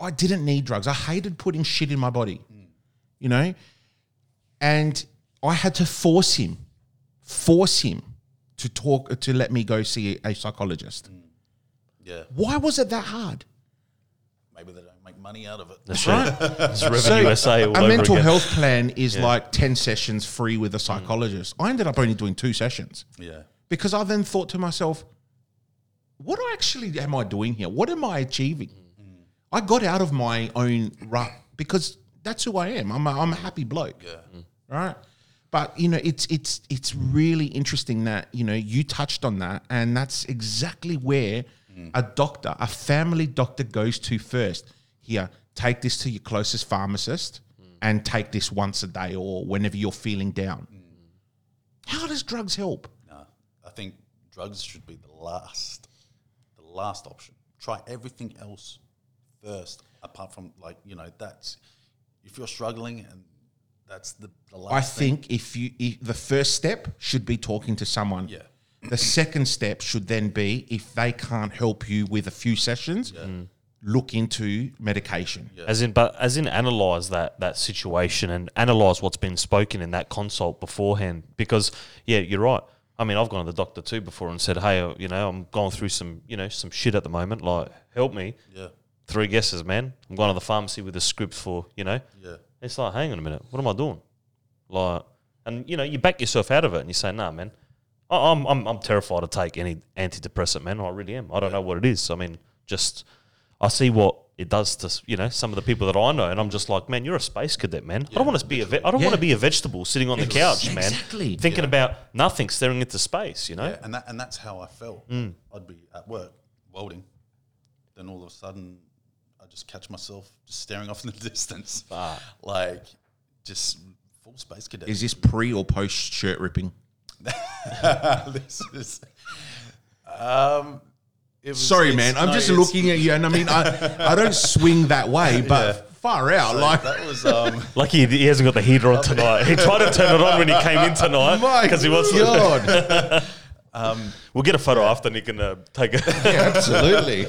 Speaker 2: I didn't need drugs. I hated putting shit in my body, you know? And I had to force him, force him to talk, to let me go see a psychologist.
Speaker 3: Yeah.
Speaker 2: Why was it that hard?
Speaker 3: Maybe they don't make money out of it.
Speaker 1: That's right. It's Revenue
Speaker 2: So,
Speaker 1: USA all
Speaker 2: a
Speaker 1: over
Speaker 2: mental
Speaker 1: again.
Speaker 2: health plan is like 10 sessions free with a psychologist. I ended up only doing two sessions.
Speaker 3: Yeah.
Speaker 2: because I then thought to myself, what actually am I doing here? What am I achieving? I got out of my own rut because that's who I am. I'm a, I'm a happy bloke,
Speaker 3: Yeah.
Speaker 2: right? But you know, it's it's it's really interesting that you know you touched on that, and that's exactly where a doctor, a family doctor, goes to first. Here, take this to your closest pharmacist, and take this once a day or whenever you're feeling down. How does drugs help?
Speaker 3: Nah. I think drugs should be the last, the last option. Try everything else first, apart from like you know that's if you're struggling and that's the, the last.
Speaker 2: I
Speaker 3: thing.
Speaker 2: think if you if the first step should be talking to someone.
Speaker 3: Yeah.
Speaker 2: The second step should then be if they can't help you with a few sessions, look into medication.
Speaker 1: As in, but as in, analyze that that situation and analyze what's been spoken in that consult beforehand. Because yeah, you're right. I mean, I've gone to the doctor too before and said, "Hey, uh, you know, I'm going through some, you know, some shit at the moment. Like, help me."
Speaker 3: Yeah.
Speaker 1: Three guesses, man. I'm going to the pharmacy with a script for, you know.
Speaker 3: Yeah.
Speaker 1: It's like, hang on a minute, what am I doing? Like, and you know, you back yourself out of it and you say, "Nah, man, I, I'm, I'm I'm terrified to take any antidepressant, man. I really am. I don't know what it is. I mean, just I see what." It does to s- you know some of the people that I know, and I'm just like, man, you're a space cadet, man. I don't want to be a ve- I don't want
Speaker 2: Yeah.
Speaker 1: to be a vegetable sitting on the couch, man,
Speaker 2: Exactly.
Speaker 1: thinking about nothing, staring into space. You know,
Speaker 3: Yeah, and that and that's how I felt.
Speaker 2: Mm.
Speaker 3: I'd be at work welding, then all of a sudden, I just catch myself just staring off in the distance, like just full space cadet.
Speaker 2: Is this pre or post shirt ripping?
Speaker 3: this is, um, it was-
Speaker 2: Sorry,
Speaker 3: it's-
Speaker 2: man. I'm
Speaker 3: no,
Speaker 2: just
Speaker 3: it's-
Speaker 2: looking at you, and I mean, I, I don't swing that way, but far out. like,
Speaker 3: That was um,
Speaker 1: lucky he, he hasn't got the heater on tonight. He tried to turn it on when he came in tonight
Speaker 2: my
Speaker 1: because he wants. To,
Speaker 2: God.
Speaker 1: we'll get a photo after, and he can uh, take it.
Speaker 2: yeah, absolutely.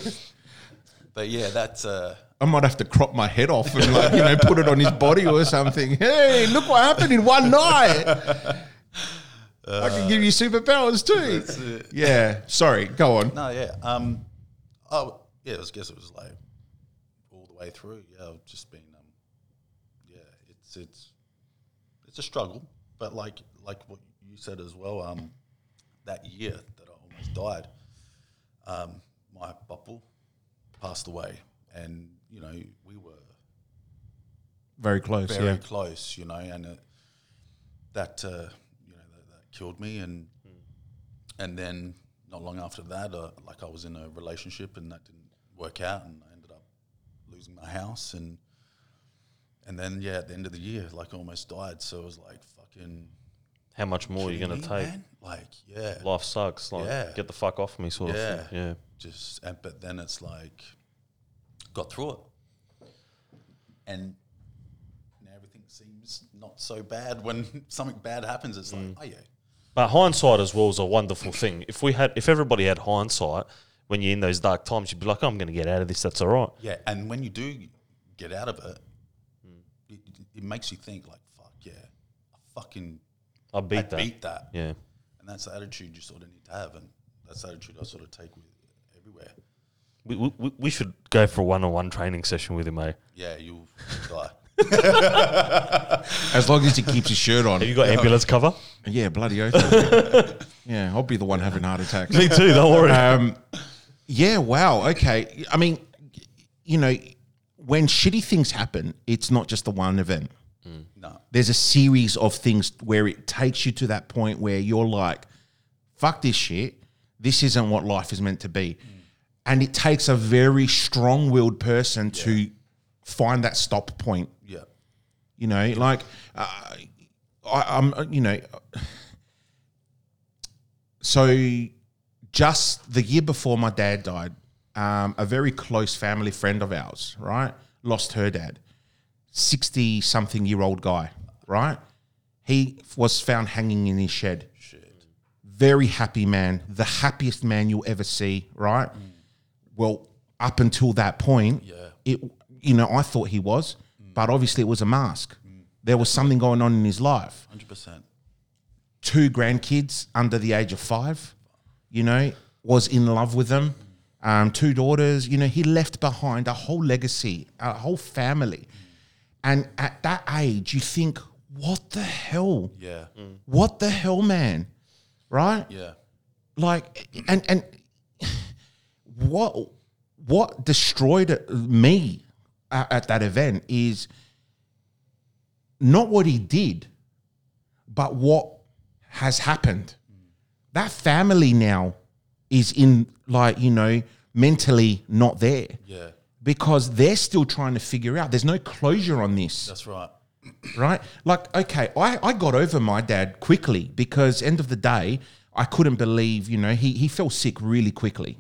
Speaker 3: but yeah, that's uh,
Speaker 2: I might have to crop my head off and like you know put it on his body or something. Hey, look what happened in one night. I can give you superpowers too.
Speaker 3: it.
Speaker 2: Yeah. Sorry. Go on.
Speaker 3: no, yeah, um, oh yeah, I was, guess it was like all the way through. Yeah, I've just been um, yeah, it's it's it's a struggle, but like like what you said as well, um, that year that I almost died, um, my bubble passed away, and you know we were
Speaker 2: Very close.
Speaker 3: very
Speaker 2: yeah.
Speaker 3: close, you know, and it, that uh, you know that, that killed me, and and then not long after that, uh, like I was in a relationship, and that didn't work out, and I ended up losing my house, and and then yeah, at the end of the year, like I almost died, so it was like fucking.
Speaker 1: How much more are you
Speaker 3: kidding
Speaker 1: going to
Speaker 3: me,
Speaker 1: take?
Speaker 3: man? Like yeah,
Speaker 1: life sucks. Like,
Speaker 3: Yeah.
Speaker 1: get the fuck off me, sort
Speaker 3: Yeah.
Speaker 1: of thing. Yeah.
Speaker 3: just and, but then it's like got through it and now everything seems not so bad when something bad happens it's
Speaker 1: Mm.
Speaker 3: like oh yeah
Speaker 1: But hindsight as well is a wonderful thing. If we had, if everybody had hindsight when you're in those dark times, you'd be like, I'm going to get out of this. That's all right.
Speaker 3: yeah and when you do get out of it
Speaker 1: Mm.
Speaker 3: it, it makes you think like fuck yeah I fucking
Speaker 1: I beat
Speaker 3: I
Speaker 1: that.
Speaker 3: beat that
Speaker 1: Yeah.
Speaker 3: and that's the attitude you sort of need to have and that's the attitude I sort of take with everywhere
Speaker 1: We, we, we- we should go for a one-on-one training session with him, eh?
Speaker 3: yeah you'll die
Speaker 2: As long as he keeps his shirt on.
Speaker 1: Have you got ambulance cover?
Speaker 2: Yeah. Bloody oath. yeah. I'll be the one having heart attacks.
Speaker 1: Me too. Don't worry.
Speaker 2: Um, yeah. Wow. Okay. I mean, you know, when shitty things happen, it's not just the one event.
Speaker 3: no
Speaker 2: there's a series of things where it takes you to that point where you're like, fuck this shit. This isn't what life is meant to be. And it takes a very strong willed person to find that stop point.
Speaker 3: Yeah.
Speaker 2: You know, like uh, I, I'm, uh, you know, so just the year before my dad died, um, a very close family friend of ours, right, lost her dad, sixty something year old guy, right. He was found hanging in his shed. Very happy man, the happiest man you'll ever see, right? Well, up until that point,
Speaker 3: Yeah.
Speaker 2: it you know I thought he was, but obviously it was a mask. There was something going on in his life.
Speaker 3: 100%.
Speaker 2: Two grandkids under the age of five, you know, was in love with them. Um, two daughters, you know, he left behind a whole legacy, a whole family. And at that age, you think, what the hell?
Speaker 3: Yeah.
Speaker 1: Mm.
Speaker 2: What the hell, man? Right?
Speaker 3: Yeah.
Speaker 2: like and and what what destroyed it- me at, at that event is not what he did but what has happened that family now is in like you know mentally not there
Speaker 3: Yeah.
Speaker 2: because they're still trying to figure out there's no closure on this
Speaker 3: That's right.
Speaker 2: right? Like, okay, I, I got over my dad quickly because end of the day, I couldn't believe, you know, he, he fell sick really quickly,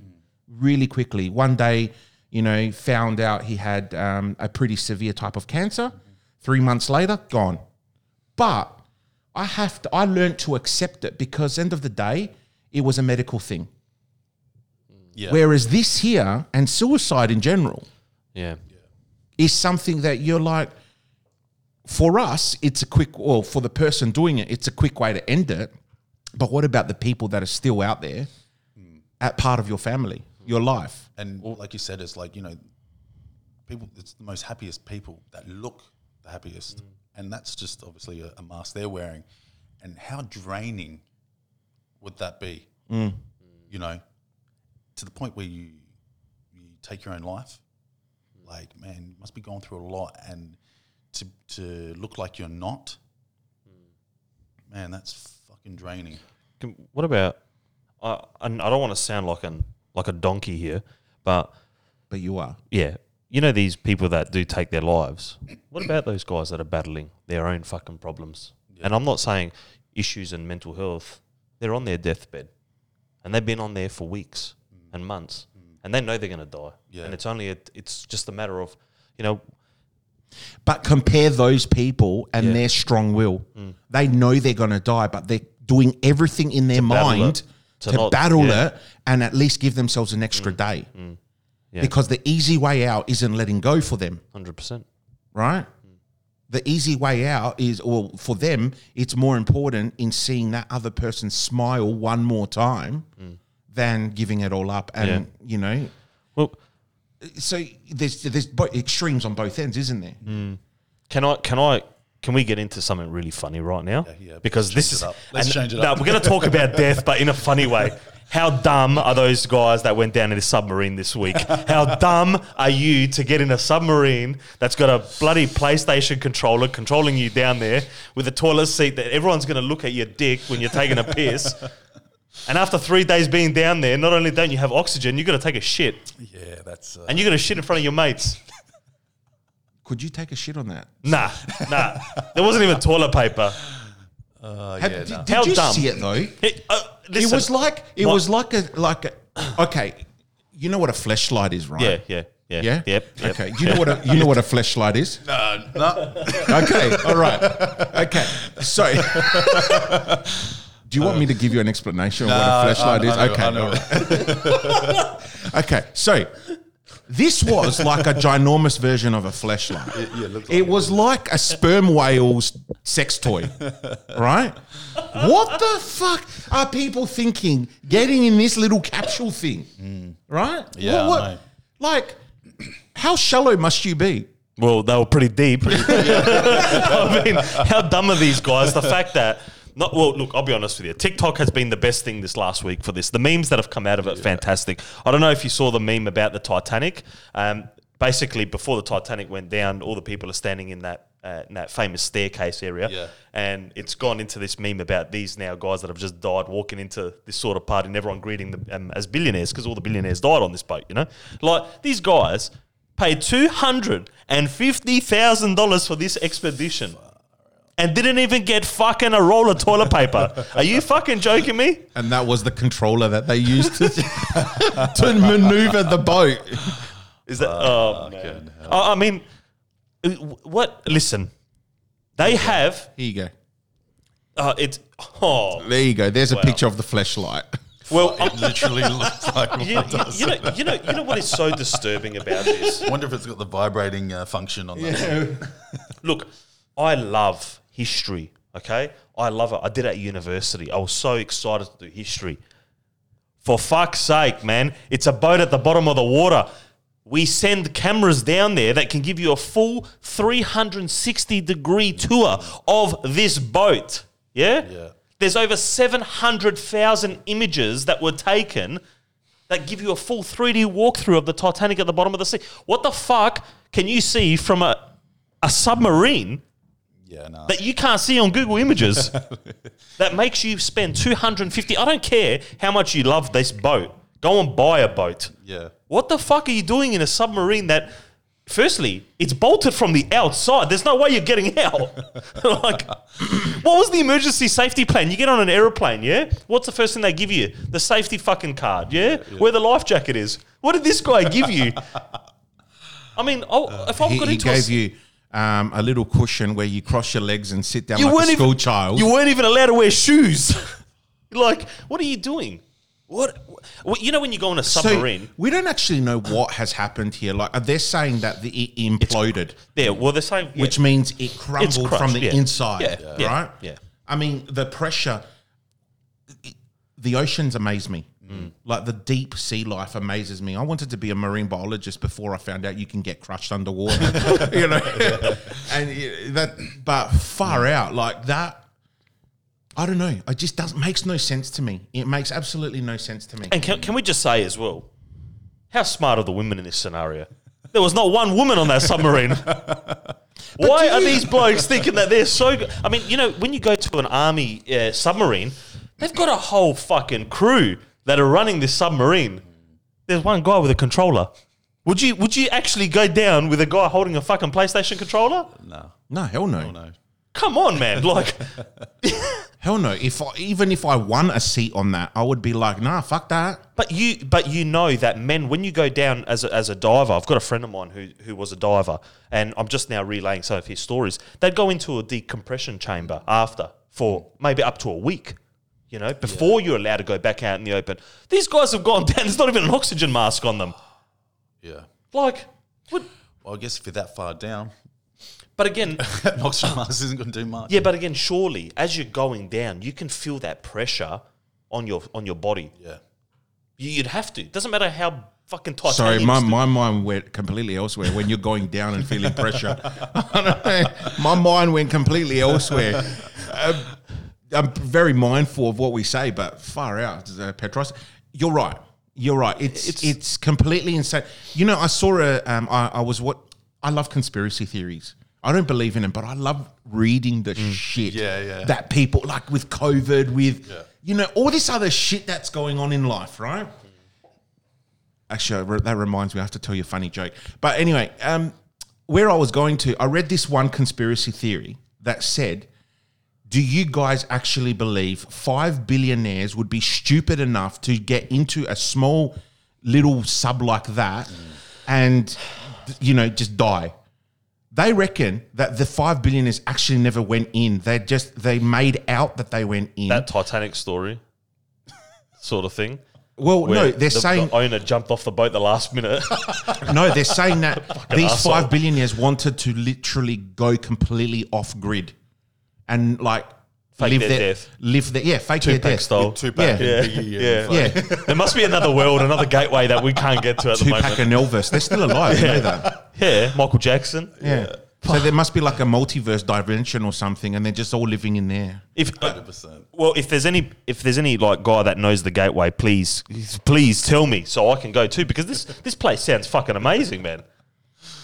Speaker 2: really quickly. One day, you know, found out he had um, a pretty severe type of cancer. Three months later, gone. But I have to, I learned to accept it because end of the day, it was a medical thing.
Speaker 3: Yeah.
Speaker 2: Whereas this here and suicide in general,
Speaker 1: Yeah.
Speaker 2: is something that you're like for us it's a quick well for the person doing it it's a quick way to end it but what about the people that are still out there at part of your family your life
Speaker 3: And like you said, it's like, you know, people, it's the most happiest people that look the happiest.
Speaker 2: Mm.
Speaker 3: And that's just obviously a, a mask they're wearing. And how draining would that be?
Speaker 2: Mm.
Speaker 3: You know, to the point where you, you take your own life.
Speaker 2: Mm.
Speaker 3: Like, man, you must be going through a lot. And to, to look like you're not,
Speaker 2: Mm.
Speaker 3: man, that's fucking draining.
Speaker 1: Can- What about? I and I don't want to sound like an like a donkey here, but
Speaker 2: but you are
Speaker 1: yeah, you know these people that do take their lives. What about those guys that are battling their own fucking problems? And I'm not saying issues in mental health. They're on their deathbed, and they've been on there for weeks and months, and they know they're going to die.
Speaker 3: Yeah.
Speaker 1: And it's only a, it's just a matter of, you know,
Speaker 2: but compare those people and
Speaker 1: Yeah.
Speaker 2: their strong will they know they're going to die but they're doing everything in their
Speaker 1: battle it.
Speaker 2: mind
Speaker 1: To
Speaker 2: to,
Speaker 1: not-
Speaker 2: battle
Speaker 1: yeah. Mm.
Speaker 2: it and at least give themselves an extra day
Speaker 1: Yeah.
Speaker 2: because the easy way out isn't letting go for them
Speaker 1: hundred percent.
Speaker 2: right? The easy way out is, or for them, it's more important in seeing that other person smile one more time than giving it all up. And you know,
Speaker 1: Well,
Speaker 2: so there's there's bo- extremes on both ends, isn't there?
Speaker 1: Can I? Can I? Can we get into something really funny right now?
Speaker 3: yeah, let's
Speaker 1: Because this
Speaker 3: change
Speaker 1: is.
Speaker 3: it up. Let's
Speaker 1: and-
Speaker 3: change it
Speaker 1: no,
Speaker 3: up.
Speaker 1: we're going to talk about death, but in a funny way. How dumb are those guys that went down in the submarine this week? How dumb are you to get in a submarine that's got a bloody PlayStation controller controlling you down there with a toilet seat that everyone's going to look at your dick when you're taking a piss? And after three days being down there, not only don't you have oxygen, you've got to take a shit.
Speaker 3: Yeah, that's. Uh,
Speaker 1: And you're going to shit in front of your mates.
Speaker 2: Could you take a shit on that?
Speaker 1: Nah, nah. There wasn't even toilet paper.
Speaker 3: uh,
Speaker 2: Have-
Speaker 3: yeah,
Speaker 2: did
Speaker 3: nah.
Speaker 2: did
Speaker 1: How
Speaker 2: you
Speaker 1: dumb.
Speaker 2: see it though?
Speaker 1: It, uh,
Speaker 2: It
Speaker 1: listen.
Speaker 2: was like it
Speaker 1: What?
Speaker 2: was like a like a okay. You know what a fleshlight is, right?
Speaker 1: yeah, yeah, yeah,
Speaker 2: Yeah.
Speaker 1: yep, yep.
Speaker 2: Okay. You know what a you know what a fleshlight is?
Speaker 3: No, no.
Speaker 2: Okay. All right. Okay. So, do you want me to give you an explanation of what a flashlight is?
Speaker 3: I know,
Speaker 2: okay.
Speaker 3: I know.
Speaker 2: all right. okay. So, this was like a ginormous version of a flashlight. It,
Speaker 3: yeah, it looked
Speaker 2: was like a sperm whale's sex toy, right? What the fuck are people thinking getting in this little capsule thing, right?
Speaker 3: Mm. Yeah,
Speaker 2: What-
Speaker 3: I
Speaker 2: what-
Speaker 3: know.
Speaker 2: like, how shallow must you be?
Speaker 1: Well, they were pretty deep. I mean, how dumb are these guys? The fact that. Not, well, look, I'll be honest with you. TikTok has been the best thing this last week for this. The memes that have come out of it, fantastic. I don't know if you saw the meme about the Titanic. Um, basically, before the Titanic went down, all the people are standing in that uh, in that famous staircase area.
Speaker 3: Yeah.
Speaker 1: And it's gone into this meme about these now guys that have just died walking into this sort of party and everyone greeting them um, as billionaires because all the billionaires died on this boat, you know? Like, these guys paid $250,000 for this expedition and didn't even get fucking a roll of toilet paper. Are you fucking joking me?
Speaker 2: And that was the controller that they used to, to maneuver the boat.
Speaker 1: Is that? oh, man. I, I mean, uh, w- what? Listen, they have.
Speaker 2: Here you go.
Speaker 1: Uh, it's. Oh,
Speaker 2: There you go. There's a picture of the flashlight.
Speaker 1: well, I'm-
Speaker 3: It literally looks like
Speaker 1: you, you- you know, you know, you know what is so disturbing about this.
Speaker 3: wonder if it's got the vibrating uh, function on that.
Speaker 1: Look, I love history. Okay, I love it. I did it at university. I was so excited to do history. For fuck's sake, man! It's a boat at the bottom of the water. We send cameras down there that can give you a full 360 degree tour of this boat. Yeah?
Speaker 3: Yeah.
Speaker 1: There's over 700,000 images that were taken that give you a full 3D walkthrough of the Titanic at the bottom of the sea. What the fuck can you see from a, a submarine
Speaker 3: Yeah, no.
Speaker 1: that you can't see on Google Images that makes you spend 250? I don't care how much you love this boat. Go and buy a boat.
Speaker 3: yeah.
Speaker 1: What the fuck are you doing in a submarine that, firstly, it's bolted from the outside? There's no way you're getting out. like, what was the emergency safety plan? You get on an aeroplane, yeah? What's the first thing they give you? The safety fucking card, yeah? Where the life jacket is. What did this guy give you? I mean, oh, if I've
Speaker 2: Uh, He,
Speaker 1: got
Speaker 2: he
Speaker 1: into a
Speaker 2: gave you um, a little cushion where you cross your legs and sit down
Speaker 1: You
Speaker 2: like
Speaker 1: weren't
Speaker 2: a
Speaker 1: even-
Speaker 2: school child.
Speaker 1: You weren't even allowed to wear shoes. like, what are you doing? What, what you know when you go on a submarine?
Speaker 2: So we don't actually know what has happened here. Like uh, they're saying that the, it imploded,
Speaker 1: yeah, well they're saying yeah.
Speaker 2: which means it crumbled from
Speaker 1: crushed,
Speaker 2: the
Speaker 1: yeah.
Speaker 2: inside,
Speaker 1: Yeah, yeah,
Speaker 2: right?
Speaker 1: yeah.
Speaker 2: I mean, the pressure. The oceans amaze me.
Speaker 1: Mm.
Speaker 2: Like the deep sea life amazes me. I wanted to be a marine biologist before I found out you can get crushed underwater. you know, and uh, that. But
Speaker 1: Mm.
Speaker 2: far out like that. I don't know. It just doesn't makes no sense to me. It makes absolutely no sense to me.
Speaker 1: And can, can we just say as well, how smart are the women in this scenario? There was not one woman on that submarine. Why are these blokes thinking that they're so good? I mean, you know, when you go to an army uh, submarine, they've got a whole fucking crew that are running this submarine. There's one guy with a controller. Would you would you actually go down with a guy holding a fucking PlayStation controller?
Speaker 3: No.
Speaker 2: No, hell no.
Speaker 3: No.
Speaker 1: Come on, man! Like,
Speaker 2: Hell no. If I, even if I won a seat on that, I would be like, nah, fuck that.
Speaker 1: But you, but you know that men, when you go down as a, as a diver, I've got a friend of mine who who was a diver, and I'm just now relaying some of his stories. They'd go into a decompression chamber after for maybe up to a week, you know, before you're allowed to go back out in the open. These guys have gone down. There's not even an oxygen mask on them.
Speaker 3: Yeah.
Speaker 1: Like, what?
Speaker 3: Well, I guess if you're that far down,
Speaker 1: But again,
Speaker 3: that oxygen mask isn't going to do much.
Speaker 1: yeah, but again, surely as you're going down, you can feel that pressure on your on your body.
Speaker 3: Yeah.
Speaker 1: You- You'd have to. Doesn't matter how fucking tight.
Speaker 2: Sorry, my, my mind went completely elsewhere when you're going down and feeling pressure. my mind went completely elsewhere. Um, I'm very mindful of what we say, but far out, uh, Petros. You're right. You're right. It's it's, completely insane. You know, I saw a. Um, I, I was what I love conspiracy theories. I don't believe in them, but I love reading the shit
Speaker 3: Mm. Yeah, yeah.
Speaker 2: that people like with COVID, with you know all this other shit that's going on in life, right? Actually, I re- that reminds me. I have to tell you a funny joke. But anyway, um, where I was going to, I read this one conspiracy theory that said, "Do you guys actually believe five billionaires would be stupid enough to get into a small little sub like that, and you know just die?" They reckon that the five billionaires actually never went in. They just they made out that they went in.
Speaker 1: that Titanic story sort of thing.
Speaker 2: well,
Speaker 1: where
Speaker 2: no,
Speaker 1: the,
Speaker 2: they're saying
Speaker 1: the owner jumped off the boat the last minute.
Speaker 2: No, they're saying that these
Speaker 1: asshole.
Speaker 2: five billionaires wanted to literally go completely off grid and like
Speaker 1: Fake their death.
Speaker 2: live their yeah, fake their
Speaker 1: Tupac
Speaker 2: death.
Speaker 1: style.
Speaker 3: Tupac
Speaker 2: Yeah.
Speaker 3: and Biggie. and
Speaker 1: Yeah.
Speaker 2: Yeah,
Speaker 1: there must be another world, another gateway that we can't get to at the
Speaker 2: Tupac
Speaker 1: moment.
Speaker 2: and Elvis, they're still alive. You know that.
Speaker 1: Yeah, Michael Jackson.
Speaker 2: Yeah. So there must be like a multiverse dimension or something, and they're just all living in there.
Speaker 1: If uh,
Speaker 3: fucking 100%.
Speaker 1: well, if there's any, if there's any like guy that knows the gateway, please, please tell me so I can go too because this this place sounds fucking amazing, man.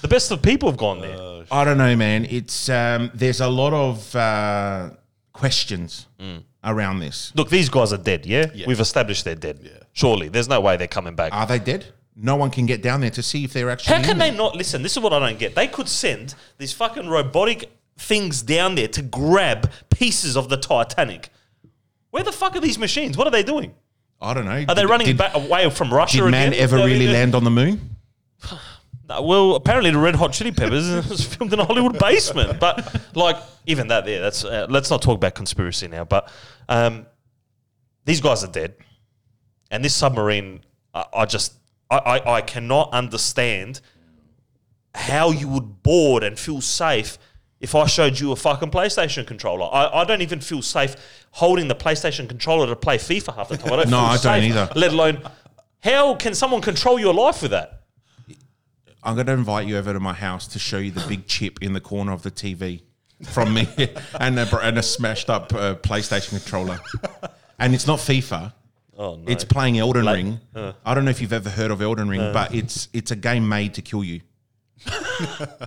Speaker 1: The best of people have gone there.
Speaker 2: I don't know, man. It's um, there's a lot of uh, questions
Speaker 1: Mm.
Speaker 2: around this.
Speaker 1: Look, these guys are dead, yeah? We've established they're dead. Surely. There's no way they're coming back.
Speaker 2: Are they dead? No one can get down there to see if they're actually.
Speaker 1: How
Speaker 2: in
Speaker 1: can
Speaker 2: there.
Speaker 1: they not listen? This is what I don't get. They could send these fucking robotic things down there to grab pieces of the Titanic. Where the fuck are these machines? What are they doing?
Speaker 2: I don't know.
Speaker 1: Are they running
Speaker 2: did,
Speaker 1: back away from Russia?
Speaker 2: Did man
Speaker 1: again?
Speaker 2: ever
Speaker 1: No,
Speaker 2: really
Speaker 1: they-
Speaker 2: land on the moon?
Speaker 1: No, well, apparently the Red Hot Chili Peppers was filmed in a Hollywood basement. But like, even that there, that's uh, let's not talk about conspiracy now. But um, these guys are dead, and this submarine, I, I just, I, I, I cannot understand how you would board and feel safe. If I showed you a fucking PlayStation controller, I, I don't even feel safe holding the PlayStation controller to play FIFA half the time. I don't feel
Speaker 2: No, I don't
Speaker 1: safe,
Speaker 2: either.
Speaker 1: Let alone, how can someone control your life with that?
Speaker 2: I'm going to invite you over to my house to show you the big chip in the corner of the TV from me and a, and a smashed up uh, PlayStation controller. And it's not FIFA.
Speaker 1: Oh no!
Speaker 2: It's playing Elden Ring. I don't know if you've ever heard of Elden Ring, but it's it's a game made to kill you.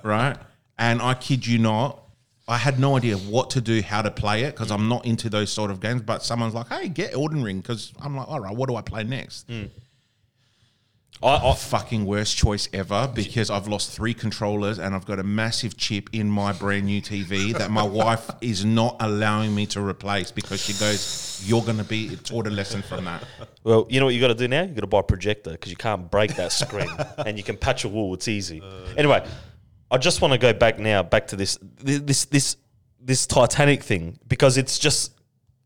Speaker 2: right? And I kid you not, I had no idea what to do, how to play it, because I'm not into those sort of games. But someone's like, hey, get Elden Ring, because I'm like, all right, what do I play next? Oh,
Speaker 1: I, I,
Speaker 2: fucking worst choice ever because I've lost three controllers and I've got a massive chip in my brand new TV that my wife is not allowing me to replace because she goes, "You're going to be taught a lesson from that."
Speaker 1: Well, you know what you got to do now? You got to buy a projector because you can't break that screen, and you can patch a wall. It's easy. anyway, I just want to go back now, back to this, thi- this, this, this Titanic thing because it's just,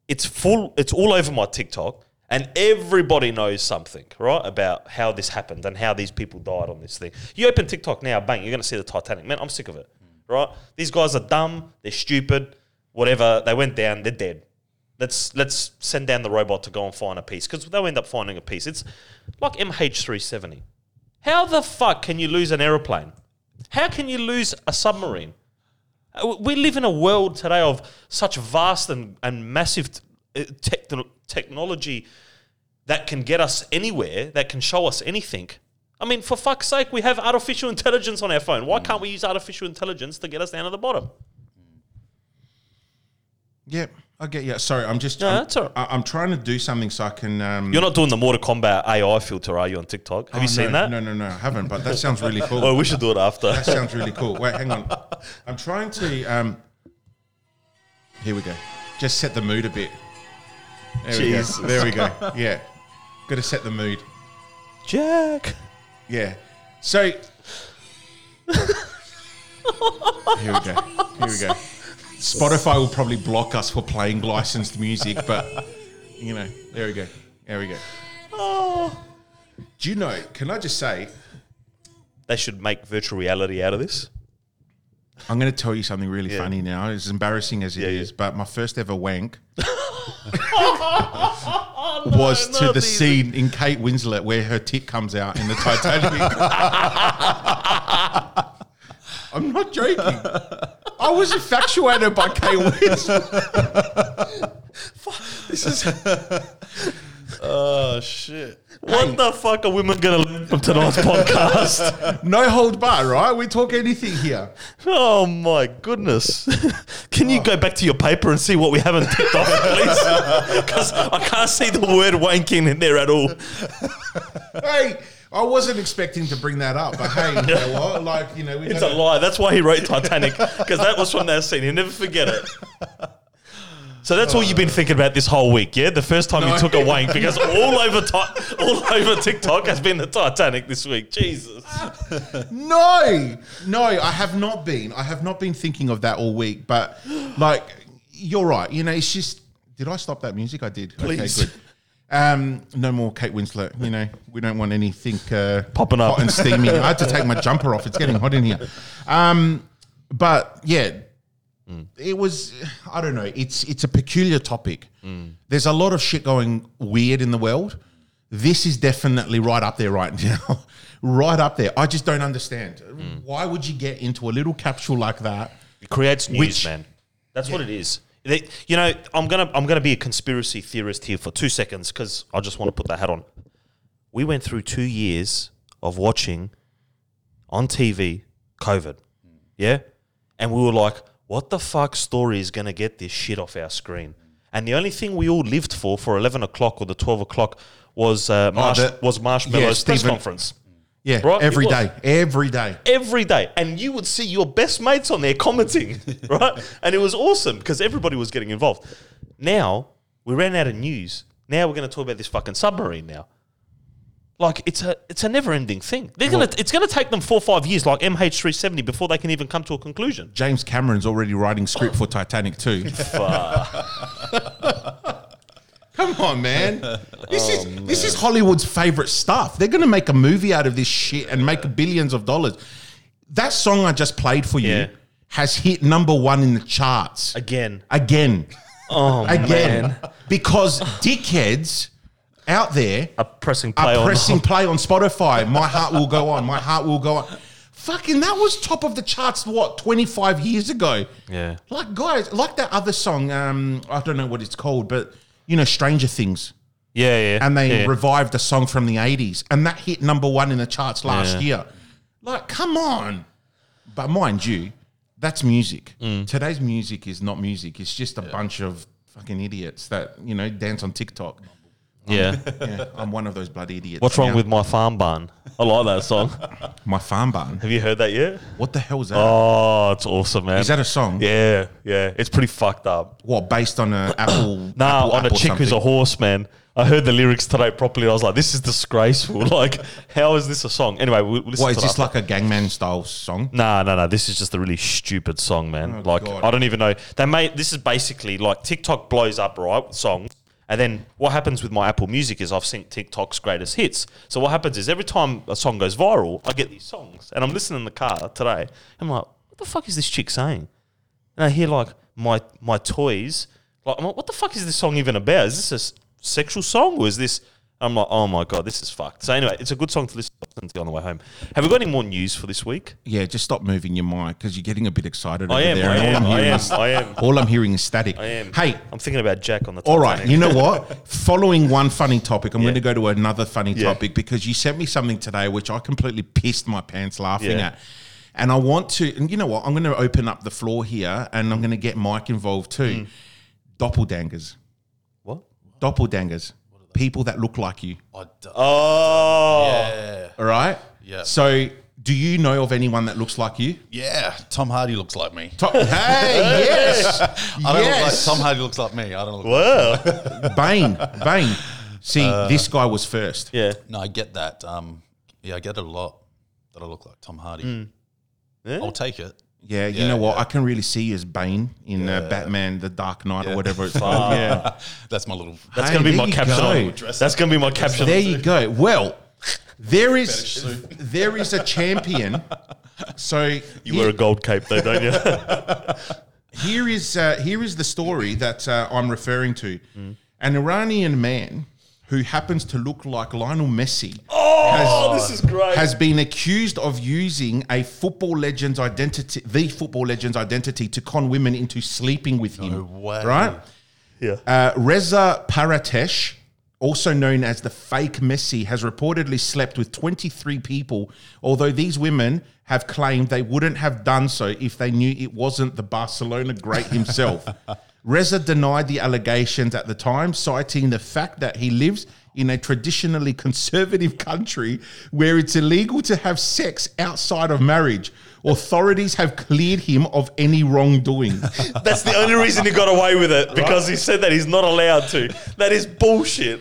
Speaker 1: it's full, it's all over my TikTok, and everybody knows something, right, about how this happened and how these people died on this thing. You open TikTok now, bang, you're going to see the Titanic. Man, I'm sick of it, right? These guys are dumb, they're stupid, whatever. They went down, they're dead let's let's send down the robot to go and find a piece because they'll end up finding a piece. It's like MH370. How the fuck can you lose an aeroplane? How can you lose a submarine? Uh, w- We live in a world today of such vast and, and massive t- uh, techno- technology that can get us anywhere, that can show us anything. I mean, for fuck's sake, we have artificial intelligence on our phone. Why can't we use artificial intelligence to get us down to the bottom?
Speaker 2: Yep, I get you. Sorry, I'm just.
Speaker 1: No,
Speaker 2: I'm,
Speaker 1: that's all right.
Speaker 2: I, I'm trying to do something so I can. Um,
Speaker 1: You're not doing the Mortal Kombat AI filter, are you, on TikTok? Have
Speaker 2: Oh,
Speaker 1: you seen
Speaker 2: no,
Speaker 1: that?
Speaker 2: No, no, no, I haven't. But that sounds really cool.
Speaker 1: Oh, we should do it after.
Speaker 2: That sounds really cool. Wait, hang on. I'm trying to. Um, here we go. Just set the mood a bit. There
Speaker 1: Jesus.
Speaker 2: we go. There we go. Yeah, got to set the mood.
Speaker 1: Jack.
Speaker 2: Yeah. So here we go. Here we go. Spotify will probably block us for playing licensed music, but you know, there we go. There we go.
Speaker 1: Oh.
Speaker 2: Do you know? Can I just say?
Speaker 1: They should make virtual reality out of this.
Speaker 2: I'm going to tell you something really funny now. It's embarrassing as it is,
Speaker 1: Yeah, yeah.
Speaker 2: but my first ever wank
Speaker 1: Oh,
Speaker 2: was to the scene in Kate Winslet where her tit comes out in the Titanic. I'm not joking. I was infatuated by Kate Winslet.
Speaker 3: Oh shit!
Speaker 1: What the fuck are women going to learn from tonight's podcast?
Speaker 2: No hold bar, right? We talk anything here.
Speaker 1: Oh my goodness. Can you go back to your paper and see what we haven't ticked off, please? Because I can't see the word wanking in there at all.
Speaker 2: Hey, I wasn't expecting to bring that up, but hey, you know what? Like, you know, we
Speaker 1: It's a
Speaker 2: gotta-
Speaker 1: lie. That's why he wrote Titanic, because that was from that scene. He'll never forget it. So that's all you've been thinking about this whole week, yeah? The first time
Speaker 2: No.
Speaker 1: you took a wank, because all over ti- all over TikTok has been the Titanic this week. Jesus.
Speaker 2: No, no, I have not been. I have not been thinking of that all week. But like, you're right. You know, it's just. Did I stop that music? I did.
Speaker 1: Please.
Speaker 2: Okay, good. Um, no more Kate Winslet. You know, we don't want anything uh,
Speaker 1: Popping up.
Speaker 2: hot and steamy. I had to take my jumper off. It's getting hot in here. Um, but yeah,
Speaker 1: Mm.
Speaker 2: it was. I don't know. It's it's a peculiar topic.
Speaker 1: Mm.
Speaker 2: There's a lot of shit going weird in the world. This is definitely right up there right now, right up there. I just don't understand.
Speaker 1: Mm.
Speaker 2: Why would you get into a little capsule like that?
Speaker 1: It creates news,
Speaker 2: Which-
Speaker 1: man. That's what it is. They- you know, I'm gonna I'm gonna be a conspiracy theorist here for two seconds because I just want to put that hat on. We went through two years of watching on TV COVID. Yeah. And we were like, what the fuck story is going to get this shit off our screen? And the only thing we all lived for for 11 o'clock or the 12 o'clock was uh, Marsh,
Speaker 2: Oh, the-
Speaker 1: was Marshmallow's press
Speaker 2: Stephen-
Speaker 1: conference.
Speaker 2: Yeah,
Speaker 1: Right,
Speaker 2: every
Speaker 1: it was.
Speaker 2: day, every day.
Speaker 1: Every day, and you would see your best mates on there commenting, right? And it was awesome because everybody was getting involved. Now we ran out of news. Now we're going to talk about this fucking submarine. Now, like it's a it's a never ending thing. They're gonna it's going to take them four or five years, like MH three seventy, before they can even come to a conclusion.
Speaker 2: James Cameron's already writing script for Titanic 2. Come on, man.
Speaker 1: Oh,
Speaker 2: This is this is Hollywood's favorite stuff. They're going to make a movie out of this shit and make billions of dollars. That song I just played for you
Speaker 1: Yeah.
Speaker 2: has hit number 1 in the charts
Speaker 1: Again,
Speaker 2: again.
Speaker 1: oh
Speaker 2: Again.
Speaker 1: man,
Speaker 2: Because dickheads out there
Speaker 1: a pressing play
Speaker 2: are
Speaker 1: on
Speaker 2: pressing play on Spotify. My heart will go on. My heart will go on. Fucking, that was top of the charts. What twenty five years ago?
Speaker 1: Yeah.
Speaker 2: Like guys, like that other song. Um, I don't know what it's called, but you know, Stranger Things,
Speaker 1: yeah, yeah,
Speaker 2: and they
Speaker 1: yeah.
Speaker 2: revived a song from the eighties, and that hit number one in the charts last
Speaker 1: Yeah.
Speaker 2: year. Like, come on. But mind you, that's music.
Speaker 1: Mm.
Speaker 2: Today's music is not music. It's just a bunch of fucking idiots that you know dance on TikTok.
Speaker 1: yeah.
Speaker 2: Yeah, I'm one of those bloody idiots.
Speaker 1: What's wrong
Speaker 2: now.
Speaker 1: with my farm barn? I like that song.
Speaker 2: my farm barn?
Speaker 1: Have you heard that yet?
Speaker 2: What the hell is that?
Speaker 1: Oh, it's awesome, man.
Speaker 2: Is that a song?
Speaker 1: Yeah, yeah. It's pretty fucked up.
Speaker 2: What based on an apple?
Speaker 1: Nah,
Speaker 2: apple
Speaker 1: on a
Speaker 2: app or
Speaker 1: chick who's a
Speaker 2: something?
Speaker 1: horse, man. I heard the lyrics today properly. I was like, this is disgraceful. like, how is this a song? Anyway, we'll we'll listen
Speaker 2: What
Speaker 1: to
Speaker 2: is this
Speaker 1: that.
Speaker 2: like a gangman style song?
Speaker 1: Nah, no, no. This is just a really stupid song, man. like,
Speaker 2: God.
Speaker 1: I don't even know. They made this is basically like TikTok blows up, right? with Songs. And then what happens with my Apple Music is I've synced TikTok's greatest hits. So what happens is every time a song goes viral, I get these songs. And I'm listening in the car today. I'm like, what the fuck is this chick saying? and I hear like my my toys. Like, I'm like, what the fuck is this song even about? Is this a s- sexual song or is this? I'm like, oh my god, this is fucked. So anyway, it's a good song to listen to on the way home. Have we got any more news for this week?
Speaker 2: Yeah, just stop moving your mic because you're getting a bit excited
Speaker 1: I
Speaker 2: over
Speaker 1: am,
Speaker 2: there.
Speaker 1: I
Speaker 2: and
Speaker 1: am,
Speaker 2: all I'm
Speaker 1: I
Speaker 2: hearing
Speaker 1: am,
Speaker 2: is
Speaker 1: I am,
Speaker 2: all I'm hearing is static.
Speaker 1: I am.
Speaker 2: Hey,
Speaker 1: I'm thinking about Jack on the.
Speaker 2: all
Speaker 1: Titanic.
Speaker 2: right. You know what? Following one funny topic, I'm
Speaker 1: Yeah.
Speaker 2: going to go to another funny
Speaker 1: Yeah.
Speaker 2: topic because you sent me something today which I completely pissed my pants laughing
Speaker 1: Yeah.
Speaker 2: at. And I want to, and you know what? I'm going to open up the floor here and I'm going to get Mike involved
Speaker 1: Mm.
Speaker 2: too. Doppelgangers.
Speaker 1: What?
Speaker 2: doppelgangers, people that look like you.
Speaker 3: I d-
Speaker 1: Oh,
Speaker 3: yeah,
Speaker 2: All right.
Speaker 3: Yeah.
Speaker 2: So, do you know of anyone that looks like you?
Speaker 3: yeah. Tom Hardy looks like me.
Speaker 2: To- hey, yes,
Speaker 3: I don't
Speaker 2: yes.
Speaker 3: look like Tom Hardy looks like me. I don't look. Like,
Speaker 1: wow.
Speaker 2: Bane, Bane. See,
Speaker 3: Uh.
Speaker 2: this guy was first.
Speaker 1: yeah,
Speaker 3: no, I get that. Um, yeah, I get it a lot that I look like Tom Hardy.
Speaker 1: Mm. Yeah.
Speaker 3: I'll take it.
Speaker 2: Yeah, you
Speaker 3: Yeah,
Speaker 2: know what? I can really see you as Bane in uh, Batman: The Dark Knight or whatever it's called.
Speaker 1: yeah.
Speaker 3: That's my little.
Speaker 1: That's
Speaker 2: Hey,
Speaker 1: gonna be
Speaker 2: there
Speaker 1: my
Speaker 2: you
Speaker 1: caption.
Speaker 2: go.
Speaker 1: On, that's gonna be my caption.
Speaker 2: There you go. Well, there is there is a champion. So
Speaker 1: You wear a gold cape though, don't you?
Speaker 2: here is uh, here is the story that uh, I'm referring to.
Speaker 3: Mm.
Speaker 2: An Iranian man who happens to look like Lionel Messi
Speaker 1: oh, this is great.
Speaker 2: has been accused of using a football legend's identity, the football legend's identity, to con women into sleeping with him.
Speaker 3: way.
Speaker 2: Right?
Speaker 1: yeah.
Speaker 2: Uh, Reza Paratesh, also known as the fake Messi, has reportedly slept with 23 people, although these women have claimed they wouldn't have done so if they knew it wasn't the Barcelona great himself. Reza denied the allegations at the time, citing the fact that he lives in a traditionally conservative country where it's illegal to have sex outside of marriage. Authorities have cleared him of any wrongdoing.
Speaker 1: That's the only reason he got away with it because he said that he's not allowed to. That is bullshit.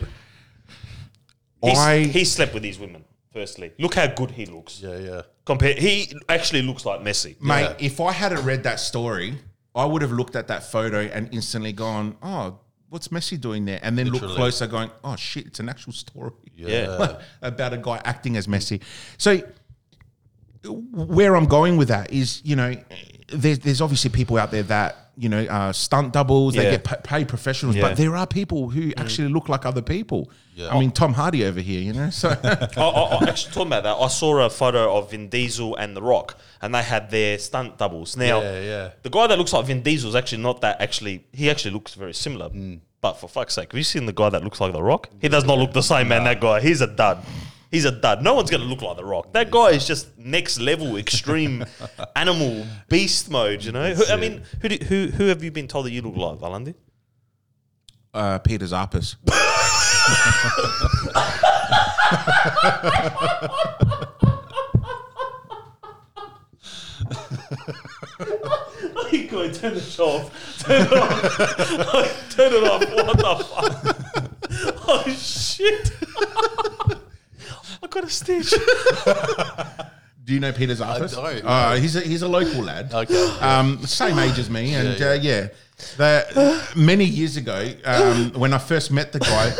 Speaker 1: He's,
Speaker 2: I-
Speaker 1: he slept with these women. Firstly, look how good he looks.
Speaker 3: Yeah, yeah.
Speaker 1: Compare, he actually looks like Messi.
Speaker 2: Mate, if I hadn't read that story, I would have looked at that photo and instantly gone, oh, what's Messi doing there? And then looked
Speaker 3: Literally.
Speaker 2: closer, going, oh, shit, it's an actual story
Speaker 1: Yeah.
Speaker 2: about a guy acting as Messi. So, where I'm going with that is, you know, there's, there's obviously people out there that, you know, uh, stunt doubles, they
Speaker 1: Yeah.
Speaker 2: get pa- paid professionals,
Speaker 1: Yeah.
Speaker 2: but there are people who actually look like other people.
Speaker 3: Mm. Yeah.
Speaker 2: I mean, Tom Hardy over here, you know? So,
Speaker 1: I, I, I actually talking about that. I saw a photo of Vin Diesel and The Rock, and they had their stunt doubles. Now,
Speaker 3: Yeah, yeah.
Speaker 1: the guy that looks like Vin Diesel is actually not that. Actually, he actually looks very similar.
Speaker 3: Hmm.
Speaker 1: But for fuck's sake, have you seen the guy that looks like The Rock? He does not look the same, man. That guy, he's a dud. He's a dud. No one's going to look like The Rock. That guy is just next level, extreme animal beast mode. You know. Who, I mean, who, do, who who have you been told that you look like, Valandi?
Speaker 2: Uh, Peter Zarpis.
Speaker 1: Like, go turn the show off. Turn it off. Like, turn it off. What the fuck? Oh shit! I got a stitch.
Speaker 2: Do you know Peter Zarpis?
Speaker 3: don't.
Speaker 2: Uh, he's, a, he's a local lad.
Speaker 3: Okay.
Speaker 2: Um, same age as me, and yeah, yeah. Uh, yeah. The- many years ago, um, when I first met the guy,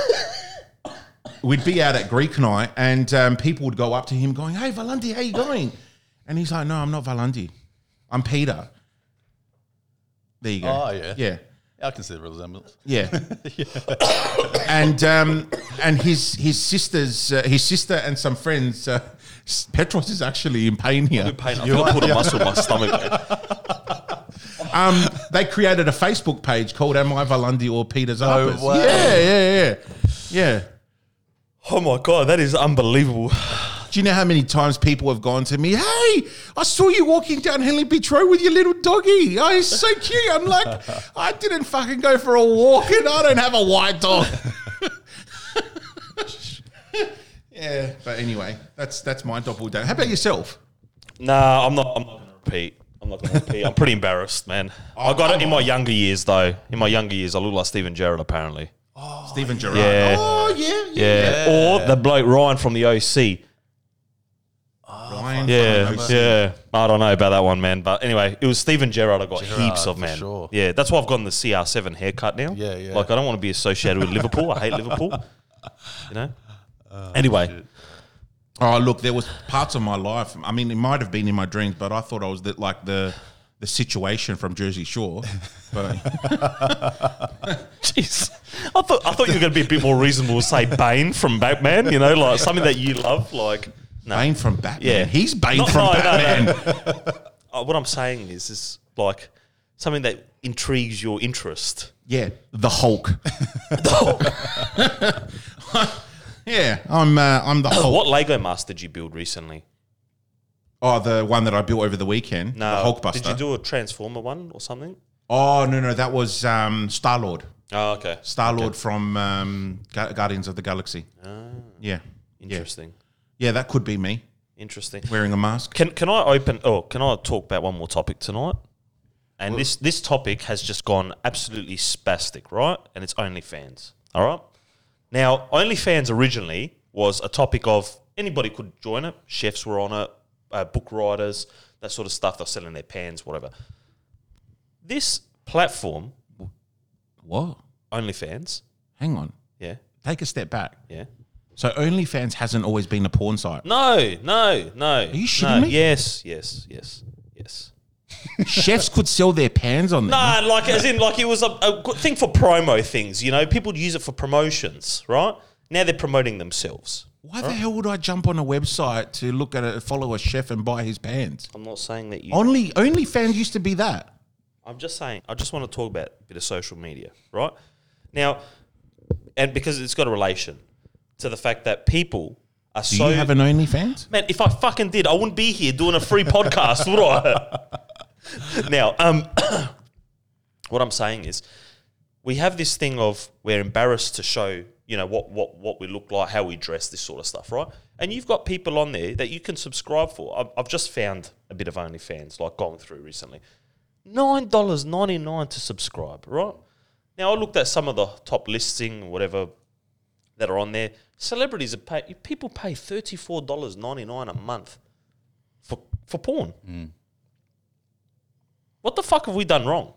Speaker 2: we'd be out at Greek night, and um, people would go up to him, going, "Hey, Valandi, how you going?" And he's like, "No, I'm not Valandi, I'm Peter." There you go.
Speaker 3: Oh, yeah.
Speaker 2: yeah,
Speaker 3: I can see the resemblance.
Speaker 2: yeah. and um, and his his sisters, uh, his sister, and some friends. Uh, Petros is actually in pain here.
Speaker 1: Pain. I feel like I put a muscle in my stomach. man.
Speaker 2: Um, they created a Facebook page called Am I Valundi or Peter Zarpis?
Speaker 3: way.
Speaker 2: Yeah, yeah, yeah. Yeah.
Speaker 1: Oh my god, that is unbelievable.
Speaker 2: Do you know how many times people have gone to me, hey, I saw you walking down Henley Beach Road with your little doggy. Oh, he's so cute. I'm like, I didn't fucking go for a walk and I don't have a white dog. yeah, but anyway, that's that's my doppelganger. How about yourself?
Speaker 1: Nah, I'm not. I'm not going to repeat. I'm not going to repeat. I'm pretty embarrassed, man. I got it in my younger years, though. In my younger years, I look like Stephen Gerrard, apparently.
Speaker 2: Stephen Gerrard.
Speaker 1: yeah.
Speaker 2: Oh, yeah, yeah.
Speaker 1: Yeah. Or the bloke Ryan from the OC.
Speaker 2: Ryan
Speaker 1: Yeah,
Speaker 2: Reynolds.
Speaker 1: yeah. I don't know about that one, man. But anyway, it was Stephen Gerrard. I got
Speaker 3: Gerrard,
Speaker 1: heaps of
Speaker 3: for
Speaker 1: man.
Speaker 3: sure.
Speaker 1: Yeah, that's why I've gotten the CR7 haircut now.
Speaker 3: Yeah, yeah.
Speaker 1: Like I don't want to be associated with Liverpool. I hate Liverpool. You know.
Speaker 3: Ah,
Speaker 1: anyway,
Speaker 2: Oh, look, there was parts of my life. I mean, it might have been in my dreams, but I thought I was the, like the the situation from Jersey Shore. But
Speaker 1: jeez, I thought I thought you were going to be a bit more reasonable. Say Bane from Batman. You know, like something that you love. Like no,
Speaker 2: Bane from Batman.
Speaker 1: Yeah.
Speaker 2: he's Bane
Speaker 1: Not-
Speaker 2: from
Speaker 1: no, no, no.
Speaker 2: Batman.
Speaker 1: Uh, what I'm saying is, is like something that intrigues your interest.
Speaker 2: Yeah, the Hulk. yeah, I'm uh, I'm the
Speaker 3: Oh.
Speaker 2: Hulk.
Speaker 1: What Lego master did you build recently?
Speaker 2: Oh, the one that I built over the weekend.
Speaker 1: No,
Speaker 2: the Hulkbuster.
Speaker 1: Did you do a Transformer one or something?
Speaker 2: oh no, no, that was um, Star Lord.
Speaker 1: Oh, okay. Ah.
Speaker 2: Star Lord from um, Gu- Guardians of the Galaxy. Yeah,
Speaker 1: Interesting.
Speaker 2: yeah, that could be me
Speaker 1: Interesting.
Speaker 2: wearing a mask.
Speaker 1: Can can I open? Oh, can I talk about one more topic tonight? And this this topic has just gone absolutely spastic, right? And it's OnlyFans. All right. Now, OnlyFans originally was a topic of anybody could join it. Chefs were on it, uh, book writers, that sort of stuff. They're selling their pans, whatever. This platform,
Speaker 2: What?
Speaker 1: OnlyFans,
Speaker 2: Hang on.
Speaker 1: yeah,
Speaker 2: Take a step back.
Speaker 1: yeah.
Speaker 2: So OnlyFans hasn't always been a porn site.
Speaker 1: No, no, no. Are
Speaker 2: you shitting
Speaker 1: no.
Speaker 2: me?
Speaker 1: Yes, yes, yes, yes.
Speaker 2: Chefs could sell their pans on there.
Speaker 1: Nah, like as in like it was a, a good thing for promo things. You know, people use it for promotions, right? Now they're promoting themselves.
Speaker 2: Why the hell would I jump on a website to look at a follow a chef and buy his pans?
Speaker 1: I'm not saying that you.
Speaker 2: Only OnlyFans used to be that.
Speaker 1: I'm just saying. I just want to talk about a bit of social media, right? Now, and because it's got a relation to the fact that people are
Speaker 2: Do
Speaker 1: so
Speaker 2: you have an OnlyFans?
Speaker 1: Man, if I fucking did, I wouldn't be here doing a free podcast, would I? now, um, what I'm saying is, we have this thing of we're embarrassed to show, you know, what what what we look like, how we dress, this sort of stuff, right? And you've got people on there that you can subscribe for. I've, I've just found a bit of OnlyFans, like gone through recently, nine dollars ninety nine to subscribe, right? Now I looked at some of the top listing, whatever that are on there. Celebrities are pay, people pay thirty four dollars ninety nine a month for for porn. What the fuck have we done wrong?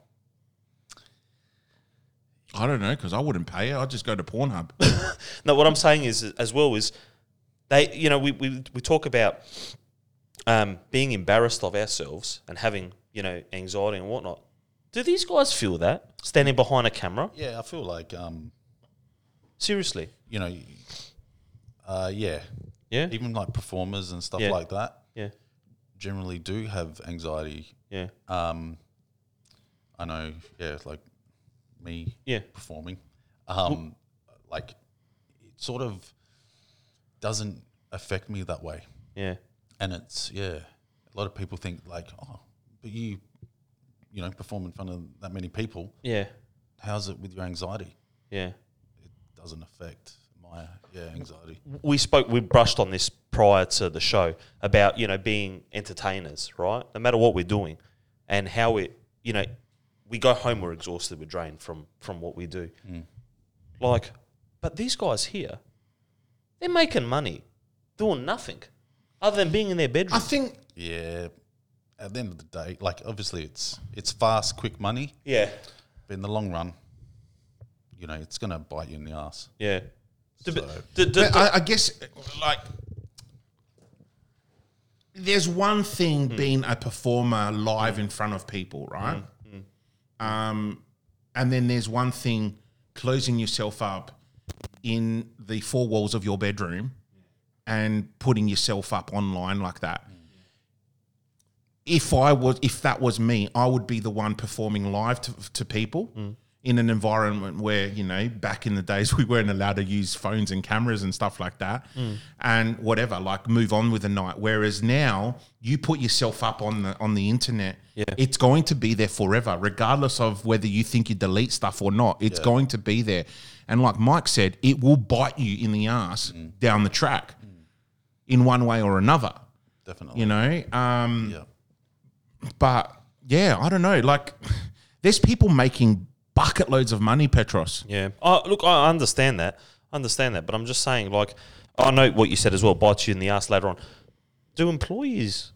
Speaker 2: I don't know because I wouldn't pay it. I'd just go to Pornhub.
Speaker 1: No, what I'm saying is as well is they you know we we, we talk about um, being embarrassed of ourselves and having you know anxiety and whatnot. Do these guys feel that standing behind a camera?
Speaker 3: Yeah, I feel like, um,
Speaker 1: Seriously,
Speaker 3: you know, uh, yeah,
Speaker 1: yeah,
Speaker 3: even like performers and stuff
Speaker 1: Yeah.
Speaker 3: like that
Speaker 1: yeah,
Speaker 3: generally do have anxiety.
Speaker 1: yeah,
Speaker 3: Um, I know, yeah, like me
Speaker 1: yeah.
Speaker 3: performing, um, like it sort of doesn't affect me that way.
Speaker 1: Yeah.
Speaker 3: And it's yeah, a lot of people think like, oh, but you, you know, perform in front of that many people.
Speaker 1: Yeah.
Speaker 3: How's it with your anxiety?
Speaker 1: Yeah.
Speaker 3: It doesn't affect my yeah anxiety.
Speaker 1: we spoke we brushed on this prior to the show about you know being entertainers right no matter what we're doing and how it you know we go home we're exhausted we're drained from from what we do
Speaker 2: Mm.
Speaker 1: like but these guys here they're making money doing nothing other than being in their bedroom
Speaker 2: I think
Speaker 3: Yeah. At the end of the day, like obviously it's it's fast, quick money,
Speaker 1: yeah
Speaker 3: but in the long run, you know, it's gonna bite you in the ass.
Speaker 1: yeah D-
Speaker 3: So-
Speaker 1: d- d-
Speaker 2: But I, I guess like there's one thing being a performer live in front of people, right? Um, and then there's one thing closing yourself up in the four walls of your bedroom and putting yourself up online like that. If I was, if that was me, I would be the one performing live to, to people in an environment where you know, back in the days, we weren't allowed to use phones and cameras and stuff like that, and whatever, like move on with the night. Whereas now, you put yourself up on the on the internet,
Speaker 1: Yeah.
Speaker 2: it's going to be there forever, regardless of whether you think you delete stuff or not. It's going to be there, and like Mike said, it will bite you in the ass down the track in one way or another,
Speaker 3: Definitely.
Speaker 2: you know? Um,
Speaker 3: yeah.
Speaker 2: but yeah, I don't know. Like, there's people making bucket loads of money, Petros.
Speaker 1: Yeah. Oh, look, I understand that. I understand that. But I'm just saying, like, I know what you said as well, bites you in the ass later on. Do employees,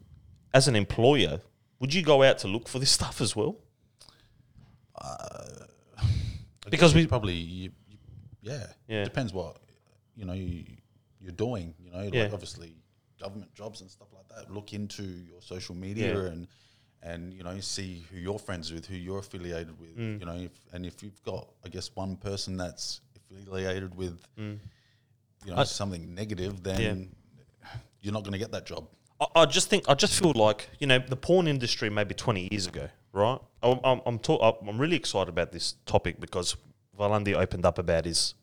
Speaker 1: as an employer, would you go out to look for this stuff as well?
Speaker 3: I guess
Speaker 1: Because
Speaker 3: it's
Speaker 1: we-
Speaker 3: probably you, you, yeah.
Speaker 1: Yeah.
Speaker 3: Depends what you know you, you're doing. You know, like
Speaker 1: Yeah.
Speaker 3: obviously government jobs and stuff like that. Look into your social media
Speaker 1: Yeah.
Speaker 3: and and you know see who you're friends with, who you're affiliated with.
Speaker 1: Mm.
Speaker 3: You know, if, and if you've got I guess one person that's affiliated with
Speaker 1: Mm.
Speaker 3: you know something negative, then you're not going to get that job.
Speaker 1: I, I just think I just feel like you know the porn industry maybe 20 years ago, right? I'm I'm I'm, talk, I'm really excited about this topic because Valandi opened up about his,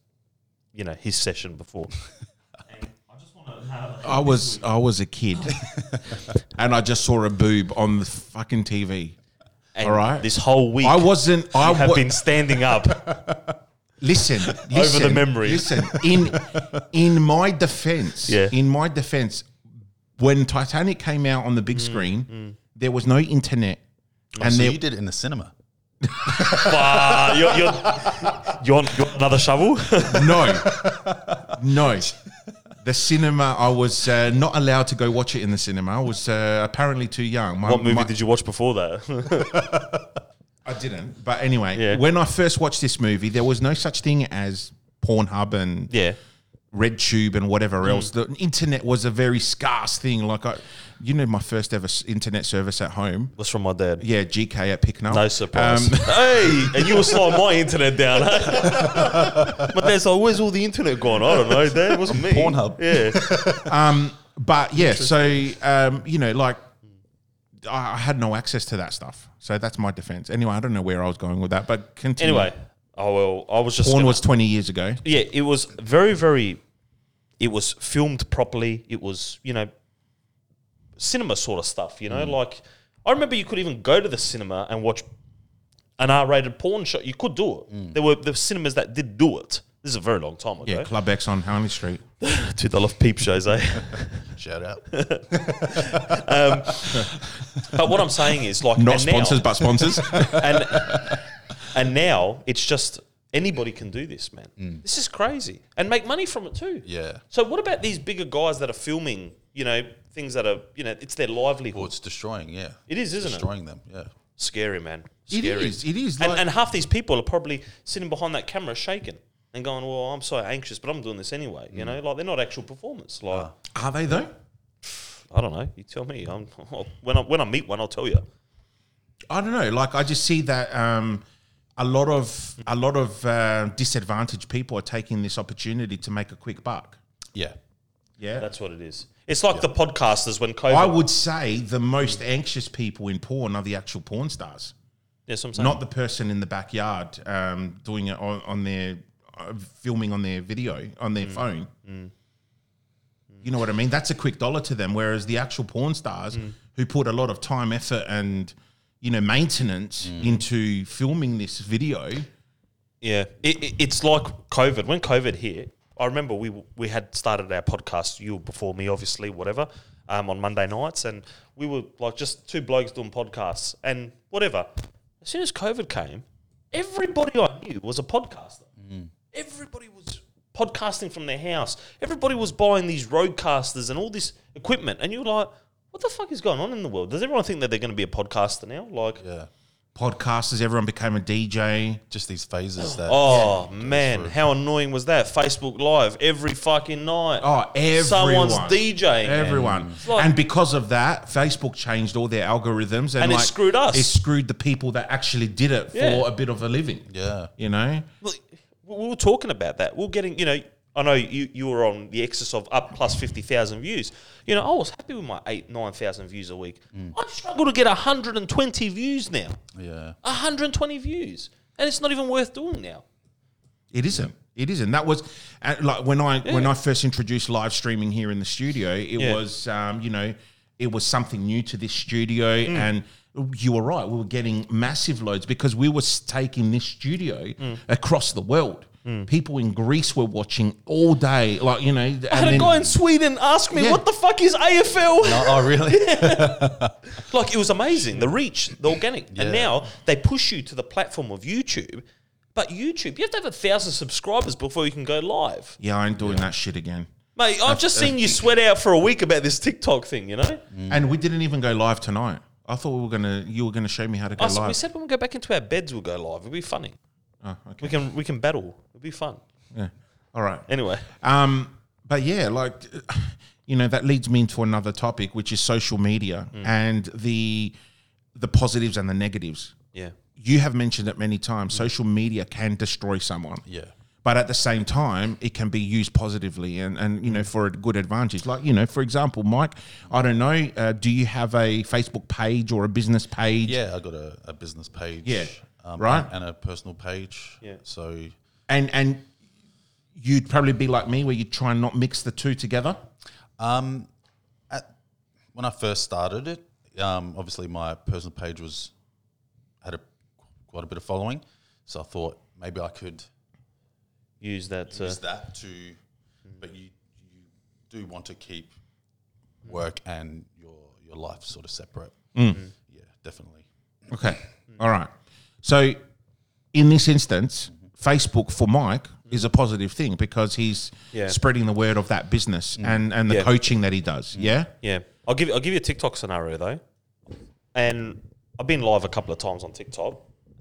Speaker 1: you know, his session before. and I just want to
Speaker 2: I was I was a kid, and I just saw a boob on the fucking TV.
Speaker 1: and
Speaker 2: All right.
Speaker 1: this whole week
Speaker 2: I
Speaker 1: I
Speaker 2: wasn't. I
Speaker 1: have
Speaker 2: wa-
Speaker 1: been standing up.
Speaker 2: listen, listen
Speaker 1: memory.
Speaker 2: Listen, in in my defense,
Speaker 1: Yeah.
Speaker 2: in my defense, when Titanic came out on the
Speaker 1: Mm,
Speaker 2: big screen, there was no internet, and
Speaker 3: so
Speaker 2: there
Speaker 3: you did it in the cinema.
Speaker 1: Ah, you're, you're, you want you want another shovel?
Speaker 2: No, no. The cinema, I was uh, not allowed to go watch it in the cinema. I was uh, apparently too young. My,
Speaker 1: what movie
Speaker 2: my-
Speaker 1: did you watch before that?
Speaker 2: I didn't. But anyway,
Speaker 1: Yeah.
Speaker 2: when I first watched this movie, there was no such thing as Pornhub and
Speaker 1: yeah. Mm.
Speaker 2: RedTube and whatever else. The internet was a very scarce thing. Like, I, you know, my first ever s- internet service at home.
Speaker 1: That's from my dad.
Speaker 2: Yeah, GK at Picknell.
Speaker 1: No surprise.
Speaker 2: Um,
Speaker 1: hey, and you were slowing my internet down. Huh? my dad's like, where's all the internet gone? I don't know, dad. It wasn't me.
Speaker 3: Pornhub.
Speaker 1: Yeah.
Speaker 2: but yeah, so um, you know, like I I had no access to that stuff, so that's my defense. Anyway, I don't know where I was going with that, but continue.
Speaker 1: Anyway, oh, well, I was just.
Speaker 2: porn
Speaker 1: gonna-
Speaker 2: was twenty years ago.
Speaker 1: yeah, it was very, very. It was filmed properly. It was, you know, cinema sort of stuff, you know? Like, I remember you could even go to the cinema and watch an R rated porn show. You could do it. There were the cinemas that did do it. This is a very long time ago.
Speaker 2: Yeah, Club X on Hanley Street.
Speaker 1: Dude, I love peep shows, eh?
Speaker 3: Shout out.
Speaker 1: but what I'm saying is, like,
Speaker 2: Not
Speaker 1: and
Speaker 2: sponsors,
Speaker 1: now,
Speaker 2: but sponsors.
Speaker 1: and, and now it's just anybody can do this, man.
Speaker 2: Mm.
Speaker 1: This is crazy, and make money from it too.
Speaker 3: Yeah.
Speaker 1: So what about these bigger guys that are filming? You know, things that are you know, it's their livelihood.
Speaker 3: Well, it's destroying. Yeah,
Speaker 1: it is, isn't it?
Speaker 3: destroying them. Yeah.
Speaker 1: Scary, man.
Speaker 2: it
Speaker 1: Scary.
Speaker 2: is. It is. Like,
Speaker 1: And, and half these people are probably sitting behind that camera shaking and going, "Well, I'm so anxious, but I'm doing this anyway."
Speaker 2: Mm.
Speaker 1: You know, like they're not actual performers. Like
Speaker 2: are they though?
Speaker 1: I don't know. You tell me. I'm, when I when I meet one, I'll tell you.
Speaker 2: I don't know. Like I just see that um, a lot of a lot of uh, disadvantaged people are taking this opportunity to make a quick buck.
Speaker 3: Yeah.
Speaker 2: Yeah,
Speaker 1: That's what it is. It's like the podcasters when COVID.
Speaker 2: I would say the most anxious people in porn are the actual porn stars.
Speaker 1: Yes, I'm saying.
Speaker 2: not the person in the backyard um, doing it
Speaker 1: Mm.
Speaker 2: on, on their uh, filming on their video on their phone. You know what I mean? That's a quick dollar to them. Whereas the actual porn stars
Speaker 1: Mm.
Speaker 2: who put a lot of time, effort, and you know maintenance
Speaker 1: Mm.
Speaker 2: into filming this video.
Speaker 1: Yeah, it, it, it's like COVID. When COVID hit, I remember we we had started our podcast. You were before me, obviously, whatever. Um, on Monday nights, and we were like just two blokes doing podcasts and whatever. As soon as COVID came, everybody I knew was a podcaster. Everybody was podcasting from their house. Everybody was buying these roadcasters and all this equipment, and you're like, "What the fuck is going on in the world?" Does everyone think that they're going to be a podcaster now? Like,
Speaker 3: Yeah.
Speaker 2: Podcasters, everyone became a DJ.
Speaker 3: Just these phases that.
Speaker 1: Oh man, how annoying was that? Facebook Live every fucking night.
Speaker 2: Oh, everyone.
Speaker 1: someone's DJing.
Speaker 2: Everyone.
Speaker 1: like-
Speaker 2: and because of that, Facebook changed all their algorithms and,
Speaker 1: And it
Speaker 2: like,
Speaker 1: screwed us.
Speaker 2: It screwed the people that actually did it
Speaker 1: Yeah.
Speaker 2: for a bit of a living.
Speaker 3: Yeah.
Speaker 2: You know?
Speaker 1: Well, we were talking about that. We are getting, you know, I know you, you were on the excess of up plus 50,000 views. You know, I was happy with my eight, 9,000 views a week.
Speaker 2: Mm.
Speaker 1: I struggle to get 120 views now.
Speaker 3: Yeah.
Speaker 1: 120 views. And it's not even worth doing now.
Speaker 2: It isn't. It isn't. That was uh, like when I when I first introduced live streaming here in the studio. It
Speaker 1: Yeah.
Speaker 2: was um, you know it was something new to this studio,
Speaker 1: Mm.
Speaker 2: and you were right. We were getting massive loads because we were s- taking this studio
Speaker 1: Mm.
Speaker 2: across the world. People in Greece were watching all day, like you know. And
Speaker 1: I had a guy in Sweden ask me,
Speaker 2: Yeah.
Speaker 1: what the fuck is AFL?
Speaker 3: Oh, oh, really?
Speaker 1: Like it was amazing the reach, the organic, and now they push you to the platform of YouTube. But YouTube, you have to have a thousand subscribers before you can go live,
Speaker 2: yeah, I ain't doing that shit again.
Speaker 1: mate. I've just seen you sweat out for a week about this TikTok thing, you know.
Speaker 2: And we didn't even go live tonight. I thought we were gonna. You were gonna show me how to go
Speaker 1: I s- we
Speaker 2: live.
Speaker 1: said when we go back into our beds, we'll go live. It'll be funny.
Speaker 2: Oh, okay.
Speaker 1: We can we can battle. It'll be fun.
Speaker 2: Yeah. All right.
Speaker 1: Anyway,
Speaker 2: Um, but yeah, like you know, that leads me into another topic, which is social media
Speaker 3: Mm.
Speaker 2: and the the positives and the negatives.
Speaker 1: yeah,
Speaker 2: You have mentioned it many times. Social media can destroy someone.
Speaker 3: Mm. Yeah.
Speaker 2: But at the same time, it can be used positively and, and you know
Speaker 3: Mm.
Speaker 2: for a good advantage. Like you know, for example, Mike, I don't know, uh, do you have a Facebook page or a business page?
Speaker 3: Yeah, I got a, a business page.
Speaker 2: Yeah,
Speaker 3: Um,
Speaker 2: right.
Speaker 3: And a personal page.
Speaker 1: Yeah.
Speaker 3: So,
Speaker 2: And and you'd probably be like me, where you try and not mix the two together.
Speaker 3: um, at, when I first started it, um, obviously my personal page was had a quite a bit of following, so I thought maybe I could
Speaker 1: use that. Uh,
Speaker 3: use that to, but you you do want to keep work and your your life sort of separate.
Speaker 2: Mm.
Speaker 3: Yeah, definitely.
Speaker 2: Okay. All right. So in this instance, Facebook for Mike is a positive thing because he's
Speaker 1: Yeah. Mm.
Speaker 2: spreading the word of that business and, and the
Speaker 1: Yeah. Mm.
Speaker 2: coaching that he does. Yeah.
Speaker 1: Yeah, I'll give I'll give you a TikTok scenario though, and I've been live a couple of times on TikTok,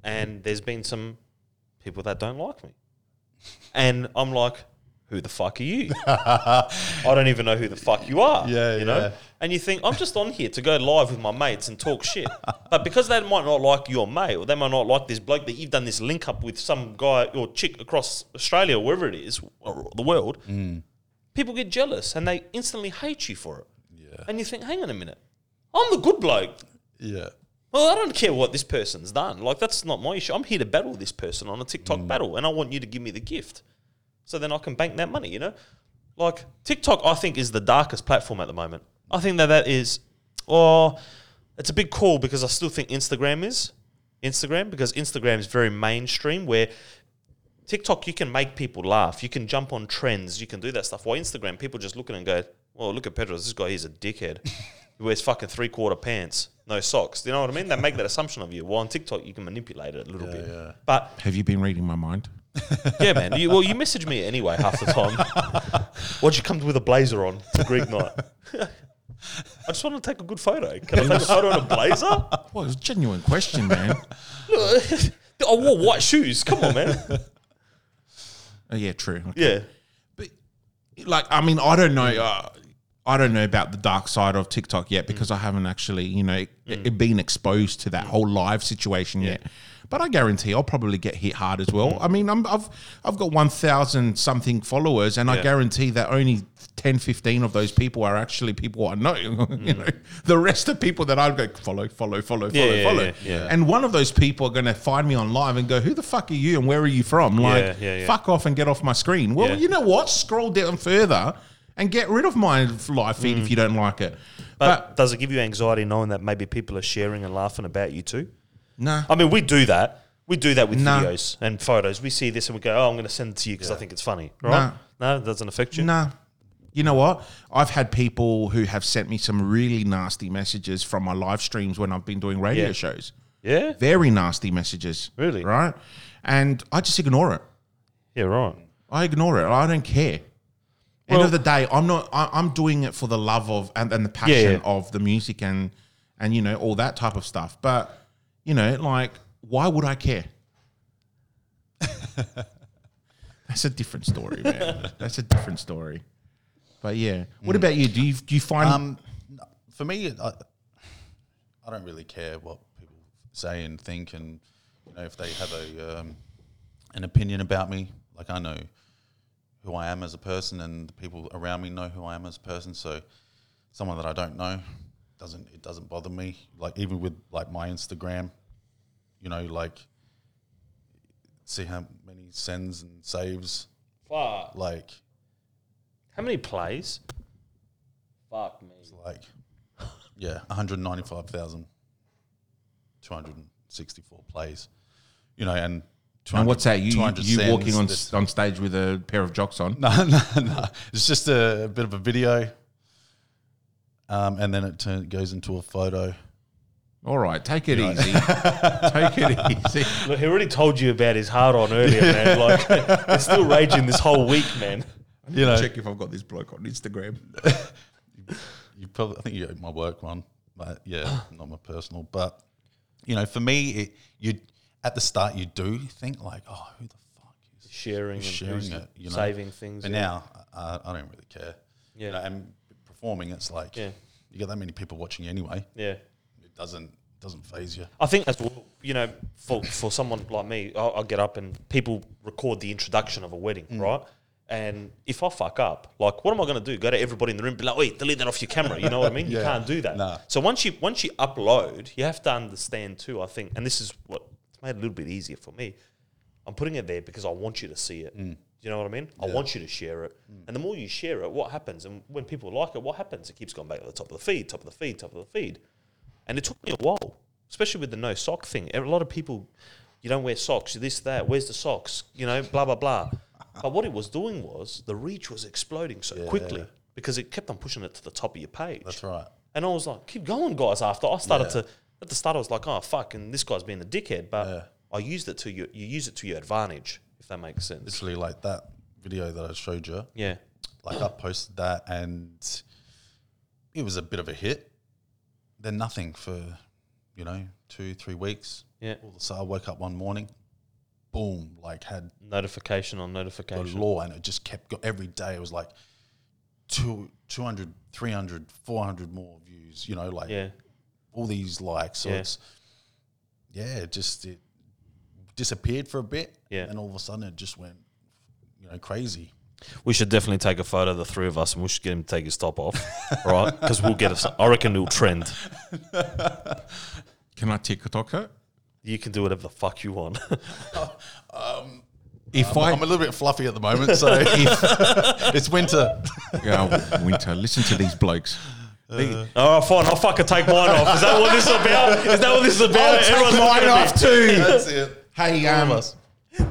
Speaker 1: and there's been some people that don't like me, and I'm like, who the fuck are you? I don't even know who the fuck you are.
Speaker 3: Yeah,
Speaker 1: you know.
Speaker 3: yeah.
Speaker 1: And you think I'm just on here to go live with my mates and talk shit, but because they might not like your mate or they might not like this bloke that you've done this link up with some guy or chick across Australia or wherever it is or the world,
Speaker 3: Mm.
Speaker 1: people get jealous and they instantly hate you for it.
Speaker 3: Yeah.
Speaker 1: And you think, hang on a minute, I'm the good bloke.
Speaker 3: Yeah.
Speaker 1: Well, I don't care what this person's done. Like, that's not my issue. I'm here to battle this person on a TikTok battle, and I want you to give me the gift so then I can bank that money, you know? Like, TikTok, I think, is the darkest platform at the moment. I think that that is, oh, it's a big call because I still think Instagram is. Instagram, because Instagram is very mainstream where TikTok, you can make people laugh. You can jump on trends. You can do that stuff. While Instagram, people just look at it and go, well, look at Pedros. This guy, he's a dickhead. he wears fucking three quarter pants, no socks. You know what I mean? They make that assumption of you. While on TikTok, you can manipulate it a little bit. But
Speaker 2: Have you been reading my mind?
Speaker 1: yeah, man. You, well, you message me anyway half the time. Why'd you come with a blazer on to Greek night? I just want to take a good photo. Can I take a photo in a blazer?
Speaker 2: Well, it's a genuine question, man.
Speaker 1: Look, I wore white shoes. Come on, man.
Speaker 2: oh, yeah, true.
Speaker 1: Yeah.
Speaker 2: But like, I mean, I don't know. Uh, I don't know about the dark side of TikTok yet because
Speaker 1: Mm.
Speaker 2: I haven't actually, you know, e- been exposed to that whole live situation yet. But I guarantee I'll probably get hit hard as
Speaker 1: Mm.
Speaker 2: well. I mean, I'm, I've I've got one thousand something followers, and I
Speaker 1: Yeah.
Speaker 2: guarantee that only 10, 15 of those people are actually people I know. you know, the rest of people that I go follow, follow, follow,
Speaker 1: Mm. Yeah,
Speaker 2: follow,
Speaker 1: yeah,
Speaker 2: follow,
Speaker 1: yeah, yeah.
Speaker 2: and one of those people are going to find me on live and go, "Who the fuck are you? And where are you from?" Like,
Speaker 1: yeah, yeah.
Speaker 2: fuck off and get off my screen. Well,
Speaker 1: Yeah.
Speaker 2: you know what? Scroll down further and get rid of my live feed if you don't like it.
Speaker 1: But,
Speaker 2: But,
Speaker 1: does it give you anxiety knowing that maybe people are sharing and laughing about you too?
Speaker 2: nah,
Speaker 1: I mean, we do that. We do that with
Speaker 2: Nah.
Speaker 1: videos and photos. We see this and we go, "Oh, I'm going to send it to you because I think it's funny." Right? No, it doesn't affect you.
Speaker 2: nah. You know what? I've had people who have sent me some really nasty messages from my live streams when I've been doing radio
Speaker 1: Yeah.
Speaker 2: shows.
Speaker 1: Yeah.
Speaker 2: Very nasty messages.
Speaker 1: Really?
Speaker 2: Right? And I just ignore it.
Speaker 1: Yeah. Right.
Speaker 2: I ignore it. I don't care. End
Speaker 1: Well-
Speaker 2: of the day, I'm not. I, I'm doing it for the love of and, and the passion
Speaker 1: yeah.
Speaker 2: of the music and and you know all that type of stuff. But you know, like, why would I care? That's a different story, man. That's a different story. But yeah, what about you? Do you do you find?
Speaker 3: Um, no, for me, I, I don't really care what people say and think, and you know if they have a um, an opinion about me. Like I know who I am as a person, and the people around me know who I am as a person. So someone that I don't know doesn't it doesn't bother me. Like even with like my Instagram, you know, like see how many sends and saves.
Speaker 1: Fuck.
Speaker 3: Like
Speaker 1: How many plays? Fuck me.
Speaker 3: like yeah 195,264 plays you know and, 200,
Speaker 2: and what's that? You you,
Speaker 3: 200
Speaker 2: you walking on
Speaker 3: sends.
Speaker 2: on stage with a pair of jocks on?
Speaker 3: no no no it's just a, bit of a video um, and then it turn, goes into a photo
Speaker 2: All right, take it easy. take it easy.
Speaker 1: Look, he already told you about his hard on earlier, man. Like, it's still raging this whole week, man.
Speaker 3: you know
Speaker 2: Check if I've got this bloke on Instagram.
Speaker 3: you probably I think you ate my work one, but yeah, not my personal. But you know, for me, it, you at the start you do think like, oh, who the fuck is
Speaker 1: Sharing and
Speaker 3: sharing
Speaker 1: who's
Speaker 3: it, you know?
Speaker 1: saving things.
Speaker 3: But
Speaker 1: yeah.
Speaker 3: now I, I don't really care.
Speaker 1: Yeah.
Speaker 3: You know, and performing, it's like
Speaker 1: Yeah.
Speaker 3: you got that many people watching anyway.
Speaker 1: yeah.
Speaker 3: It doesn't doesn't phase you.
Speaker 1: I think as well, you know, for, for someone like me, I'll, I'll get up and people record the introduction of a wedding,
Speaker 3: Mm.
Speaker 1: right? And if I fuck up, like, what am I going to do? Go to everybody in the room, be like, wait, delete that off your camera. You know what I mean? You
Speaker 3: Yeah.
Speaker 1: can't do that.
Speaker 3: Nah.
Speaker 1: So once you once you upload, you have to understand too. I think, and this is what it's made it a little bit easier for me. I'm putting it there because I want you to see it. Do you know what I mean? I want you to share it. And the more you share it, what happens? And when people like it, what happens? It keeps going back to the top of the feed, top of the feed, top of the feed. And it took me a while, especially with the no sock thing. A lot of people, you don't wear socks, this, that, where's the socks? You know, blah, blah, blah. But what it was doing was the reach was exploding so quickly because it kept on pushing it to the top of your page.
Speaker 3: That's right.
Speaker 1: And I was like, keep going, guys. After I started
Speaker 3: Yeah.
Speaker 1: to, at the start, I was like, oh, fuck, and this guy's being a dickhead. But I used it to you, you use it to your advantage, if that makes sense.
Speaker 3: Literally like that video that I showed you.
Speaker 1: Yeah.
Speaker 3: Like I posted that and it was a bit of a hit. Then nothing for, you know, two, three weeks.
Speaker 1: Yeah.
Speaker 3: All of a sudden I woke up one morning, boom, like had
Speaker 1: Notification on
Speaker 3: the
Speaker 1: notification.
Speaker 3: law and it just kept go- every day it was like two, 200 300 400 more views you know like
Speaker 1: Yeah.
Speaker 3: all these likes so
Speaker 1: Yeah.
Speaker 3: it's yeah it just it disappeared for a bit
Speaker 1: Yeah.
Speaker 3: and all of a sudden it just went you know crazy
Speaker 1: We should definitely take a photo of the three of us and we should get him to take his top off, right? Because we'll get us, I reckon it'll trend.
Speaker 2: Can I TikTok it?
Speaker 1: You can do whatever the fuck you want.
Speaker 2: If
Speaker 3: i'm a little bit fluffy at the moment so it's winter
Speaker 2: Yeah, winter. Listen to these blokes.
Speaker 1: All right, fine. I'll fucking take mine off. Is that what this is about? Is that what this is about?
Speaker 2: I'll take
Speaker 1: Everyone's
Speaker 2: mine
Speaker 1: looking at me.
Speaker 2: off too.
Speaker 3: that's it
Speaker 2: hey,
Speaker 3: All
Speaker 2: um,
Speaker 3: of us.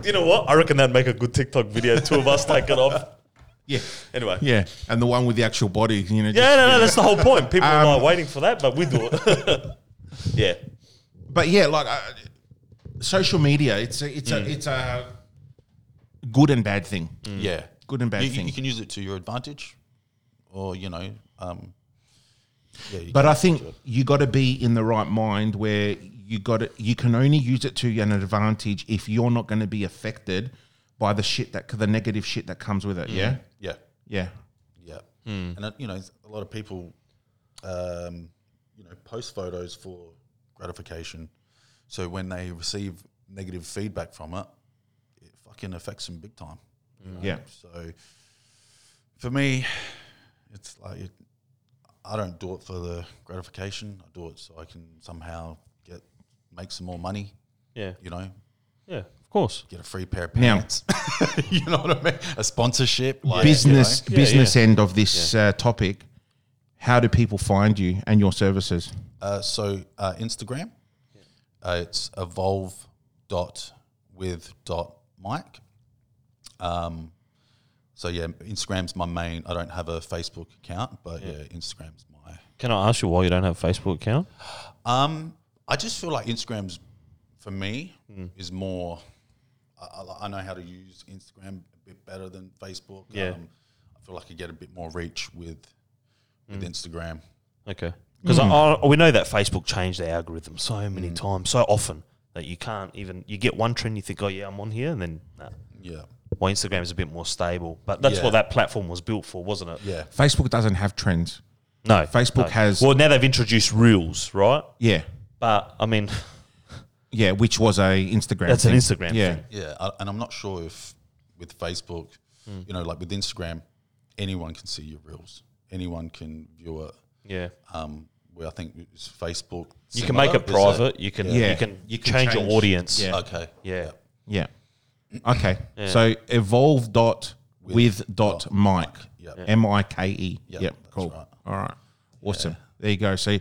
Speaker 1: You know what? I reckon that'd make a good TikTok video. Two of us take it off.
Speaker 2: yeah,
Speaker 1: Anyway.
Speaker 2: yeah, and the one with the actual body, you know. just-
Speaker 1: Yeah, no, no, that's the whole point. People
Speaker 2: Um,
Speaker 1: are waiting for that, but we do it. yeah,
Speaker 2: But yeah, like uh, social media, it's a, it's a, it's a good and bad thing.
Speaker 3: yeah
Speaker 2: Good and bad
Speaker 3: you, you-
Speaker 2: thing.
Speaker 3: you can use it to your advantage or you know um yeah, you
Speaker 2: But I think you got to be in the right mind where you got to, You can only use it to an advantage if you're not going to be affected by the shit that the negative shit that comes with it. Yeah,
Speaker 3: yeah
Speaker 2: yeah,
Speaker 3: Yeah,
Speaker 1: Hmm.
Speaker 3: and uh, you know, a lot of people, um, you know, post photos for gratification. So when they receive negative feedback from it, it fucking affects them big time.
Speaker 2: yeah.
Speaker 3: So for me, it's like it, I don't do it for the gratification. I do it so I can somehow get make some more money.
Speaker 1: yeah,
Speaker 3: You know,
Speaker 1: yeah. Of course.
Speaker 3: get a free pair of
Speaker 2: Now-
Speaker 3: pants. you know what I mean? A sponsorship, like
Speaker 2: business
Speaker 1: Yeah,
Speaker 2: business end of this uh, topic. How do people find you and your services?
Speaker 3: You know? uh, so uh, Instagram, uh, it's evolve dot with dot Mike. Um, so yeah, Instagram's my main. I don't have a Facebook account, but yeah, Instagram's my.
Speaker 1: Can I ask you why you don't have a Facebook account?
Speaker 3: Um, I just feel like Instagram's for me is more. I, I- I know how to use Instagram a bit better than Facebook.
Speaker 1: Yeah.
Speaker 3: Um, I feel like I get a bit more reach with with Instagram.
Speaker 1: Okay. Because I, I, we know that Facebook changed their algorithm so many times, so often that you can't even you get one trend, you think, oh yeah, I'm on here, and then nah.
Speaker 3: Yeah,
Speaker 1: well, Instagram is a bit more stable. But that's
Speaker 3: Yeah.
Speaker 1: what that platform was built for, wasn't it?
Speaker 3: yeah.
Speaker 2: Facebook doesn't have trends.
Speaker 1: No, no.
Speaker 2: Facebook has-
Speaker 1: Well, now they've introduced Reels, right?
Speaker 2: Yeah,
Speaker 1: But I mean,
Speaker 2: yeah, which was a Instagram.
Speaker 1: That's an
Speaker 2: thing.
Speaker 1: Instagram
Speaker 2: Yeah,
Speaker 1: thing.
Speaker 3: Yeah, I, and I'm not sure if with Facebook,
Speaker 1: Hmm.
Speaker 3: you know, like with Instagram, anyone can see your reels. Anyone can view it.
Speaker 1: yeah,
Speaker 3: Um, where I think it's Facebook,
Speaker 1: you can make it
Speaker 3: similar, is
Speaker 1: private. You can,
Speaker 2: Yeah.
Speaker 1: you can,
Speaker 2: You can
Speaker 1: change,
Speaker 2: change-
Speaker 1: your audience.
Speaker 2: yeah.
Speaker 3: Okay.
Speaker 1: yeah.
Speaker 2: yeah. Okay, so evolve dot with dot Mike.
Speaker 3: Yep.
Speaker 2: M I K E.
Speaker 3: Yep,
Speaker 2: Yep.
Speaker 3: that's
Speaker 2: Cool.
Speaker 3: right.
Speaker 2: All right. Awesome. There you go. So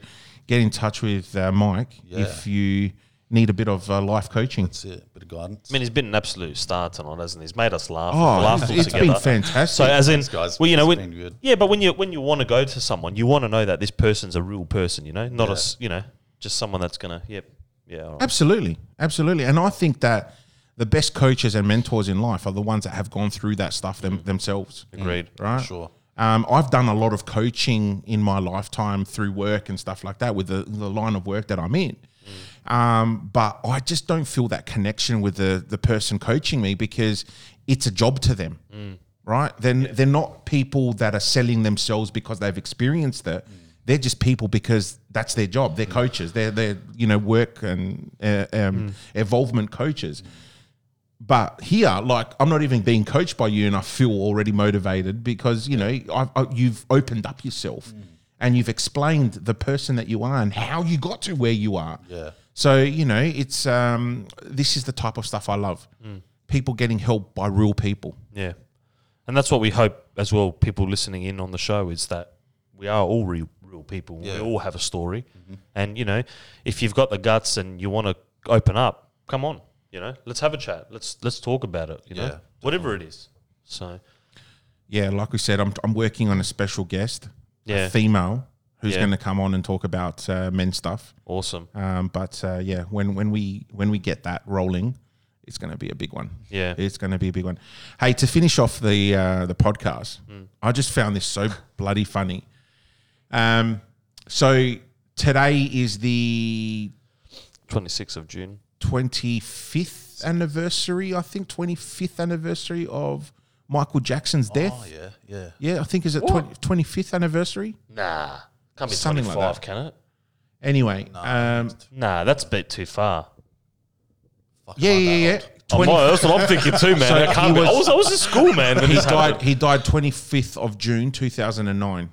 Speaker 2: get in touch with uh, Mike
Speaker 3: Yeah.
Speaker 2: if you need a bit of uh, life coaching.
Speaker 3: That's it. Bit of guidance.
Speaker 1: I mean, he's been an absolute star tonight, hasn't he? He's made us laugh.
Speaker 2: Oh,
Speaker 1: We've laughed
Speaker 2: it's-
Speaker 1: all
Speaker 2: it's been
Speaker 1: together.
Speaker 2: fantastic.
Speaker 1: So, as in,
Speaker 3: guys.
Speaker 1: well, you know,
Speaker 3: It's
Speaker 1: when,
Speaker 3: been good.
Speaker 1: yeah, but when you when you want to go to someone, you want to know that this person's a real person, you know, not a
Speaker 3: Yeah.
Speaker 1: s you know, just someone that's gonna, yep, yeah, all right.
Speaker 2: Absolutely, absolutely, and I think that the best coaches and mentors in life are the ones that have gone through that stuff them, themselves.
Speaker 1: agreed.
Speaker 2: Mm, Right.
Speaker 3: Sure.
Speaker 2: Um, I've done a lot of coaching in my lifetime through work and stuff like that with the, the line of work that I'm in. Um, but I just don't feel that connection with the, the person coaching me because it's a job to them, right? Then they're not people that are selling themselves because they've experienced it. They're just people because that's their job. They're coaches. They're they're you know work and uh, um, involvement coaches. But here, like, I'm not even being coached by you, and I feel already motivated because you know I've, I, you've opened up yourself,
Speaker 1: Mm.
Speaker 2: and you've explained the person that you are and how you got to where you are.
Speaker 3: Yeah.
Speaker 2: So you know, it's um, this is the type of stuff I love.
Speaker 1: Mm.
Speaker 2: People getting help by real people.
Speaker 1: Yeah. And that's what we hope as well, people listening in on the show, is that we are all real, real people.
Speaker 3: Yeah. Mm-hmm.
Speaker 1: We all have a story. And, you know, if you've got the guts and you want to open up, come on, you know, let's have a chat. Let's let's talk about it, you
Speaker 3: Yeah,
Speaker 1: know, whatever it is. So,
Speaker 2: Yeah, like we said, I'm I'm working on a special guest,
Speaker 1: Yeah.
Speaker 2: a female who's
Speaker 1: Yeah.
Speaker 2: going to come on and talk about uh, men's stuff.
Speaker 1: awesome.
Speaker 2: Um, but uh, yeah, when when we when we get that rolling, it's going to be a big one.
Speaker 1: Yeah.
Speaker 2: it's going to be a big one. Hey, to finish off the uh, the podcast,
Speaker 3: Hmm.
Speaker 2: I just found this so bloody funny. Um, so today is the
Speaker 1: 26th of June.
Speaker 2: 25th anniversary, I think 25th anniversary of Michael Jackson's
Speaker 3: Oh
Speaker 2: death.
Speaker 3: yeah, yeah.
Speaker 2: Yeah, I think is it 20, 25th anniversary.
Speaker 1: Nah. Can't be
Speaker 2: Something like
Speaker 1: 25,
Speaker 2: that.
Speaker 1: can it?
Speaker 2: Anyway, um,
Speaker 1: Nah, that's a bit too far.
Speaker 3: Fuck, am
Speaker 2: yeah,
Speaker 3: I
Speaker 2: yeah,
Speaker 3: that
Speaker 2: yeah.
Speaker 1: Oh,
Speaker 3: old?
Speaker 2: 20
Speaker 1: my, that's what I'm thinking too, man.
Speaker 2: So
Speaker 1: I, can't
Speaker 2: he
Speaker 1: be- I
Speaker 2: was-
Speaker 1: was, I was in school, man. When
Speaker 2: he
Speaker 1: this happened.
Speaker 2: died. He died 25th of June 2009.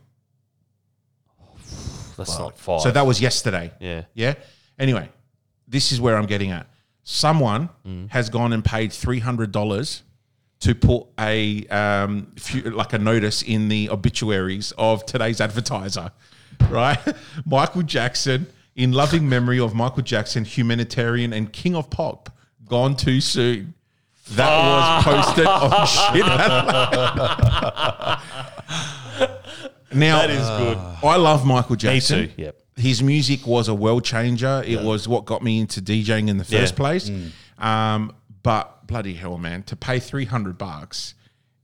Speaker 1: That's not far.
Speaker 2: So that was yesterday.
Speaker 1: yeah.
Speaker 2: Yeah. Anyway, this is where I'm getting at. Someone has gone and paid three hundred dollars to put a um, few, like a notice in the obituaries of today's advertiser, right? Michael Jackson, in loving memory of Michael Jackson, humanitarian and king of pop, gone too soon. That was posted on shit. now that is good. Uh, I love Michael Jackson.
Speaker 1: too, yep.
Speaker 2: His music was a world changer. It was what got me into DJing in the first
Speaker 1: Yeah. Mm.
Speaker 2: place. Um, but bloody hell, man, to pay three hundred bucks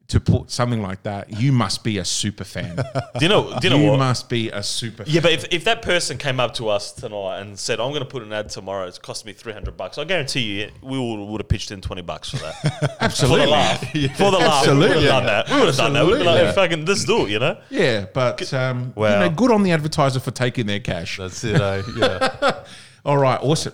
Speaker 2: to put something like that, you must be a super fan.
Speaker 1: Do you know, do you know
Speaker 2: you
Speaker 1: what?
Speaker 2: must be a super.
Speaker 1: Yeah, but if, if that person came up to us tonight and said, "I'm going to put an ad tomorrow. It's cost me 300 bucks," I guarantee you, we all would have pitched in 20 bucks for that. for the
Speaker 2: absolutely.
Speaker 1: laugh, for the laugh, we would
Speaker 2: Absolutely.
Speaker 1: have done that. We would have done that. We'd be like,
Speaker 2: Absolutely.
Speaker 1: hey, "Fucking, let's do it," you know.
Speaker 2: Yeah, but um,
Speaker 1: Wow.
Speaker 2: you know, good on the advertiser for taking their cash.
Speaker 3: That's it. Eh? Yeah.
Speaker 2: All right, awesome.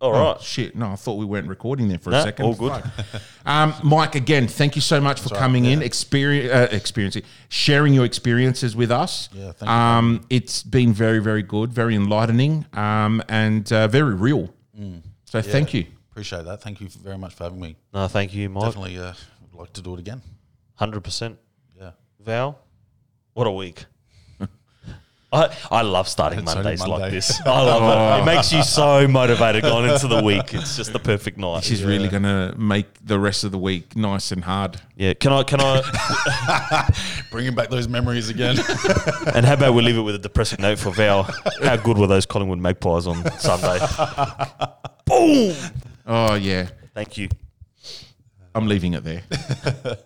Speaker 1: All
Speaker 2: Oh,
Speaker 1: right,
Speaker 2: shit. No, I thought we weren't recording there for a
Speaker 1: Nah,
Speaker 2: second.
Speaker 1: all good.
Speaker 2: Fuck. Um, Mike, again, thank you so much for coming in, experience, uh, experiencing, sharing your experiences with us.
Speaker 3: Yeah, thank you.
Speaker 2: um, It's been very, very good, very enlightening, um, and uh, very real.
Speaker 3: Mm.
Speaker 2: So thank you.
Speaker 3: Appreciate that. Thank you very much for having me.
Speaker 1: No, thank you, Mike.
Speaker 3: Definitely uh, would like to do it again.
Speaker 1: Hundred percent.
Speaker 3: Yeah.
Speaker 1: Val, what a week. I, I love starting
Speaker 3: It's only
Speaker 1: Mondays like
Speaker 3: Monday.
Speaker 1: this. I love it. It makes you so motivated going into the week. It's just the perfect night.
Speaker 2: She's really going to make the rest of the week nice and hard.
Speaker 1: Yeah. Can I? Can I?
Speaker 3: Bringing back those memories again.
Speaker 1: And how about we leave it with a depressing note for Val? How good were those Collingwood Magpies on Sunday? Boom!
Speaker 2: Oh, yeah.
Speaker 1: Thank you.
Speaker 2: I'm leaving it there.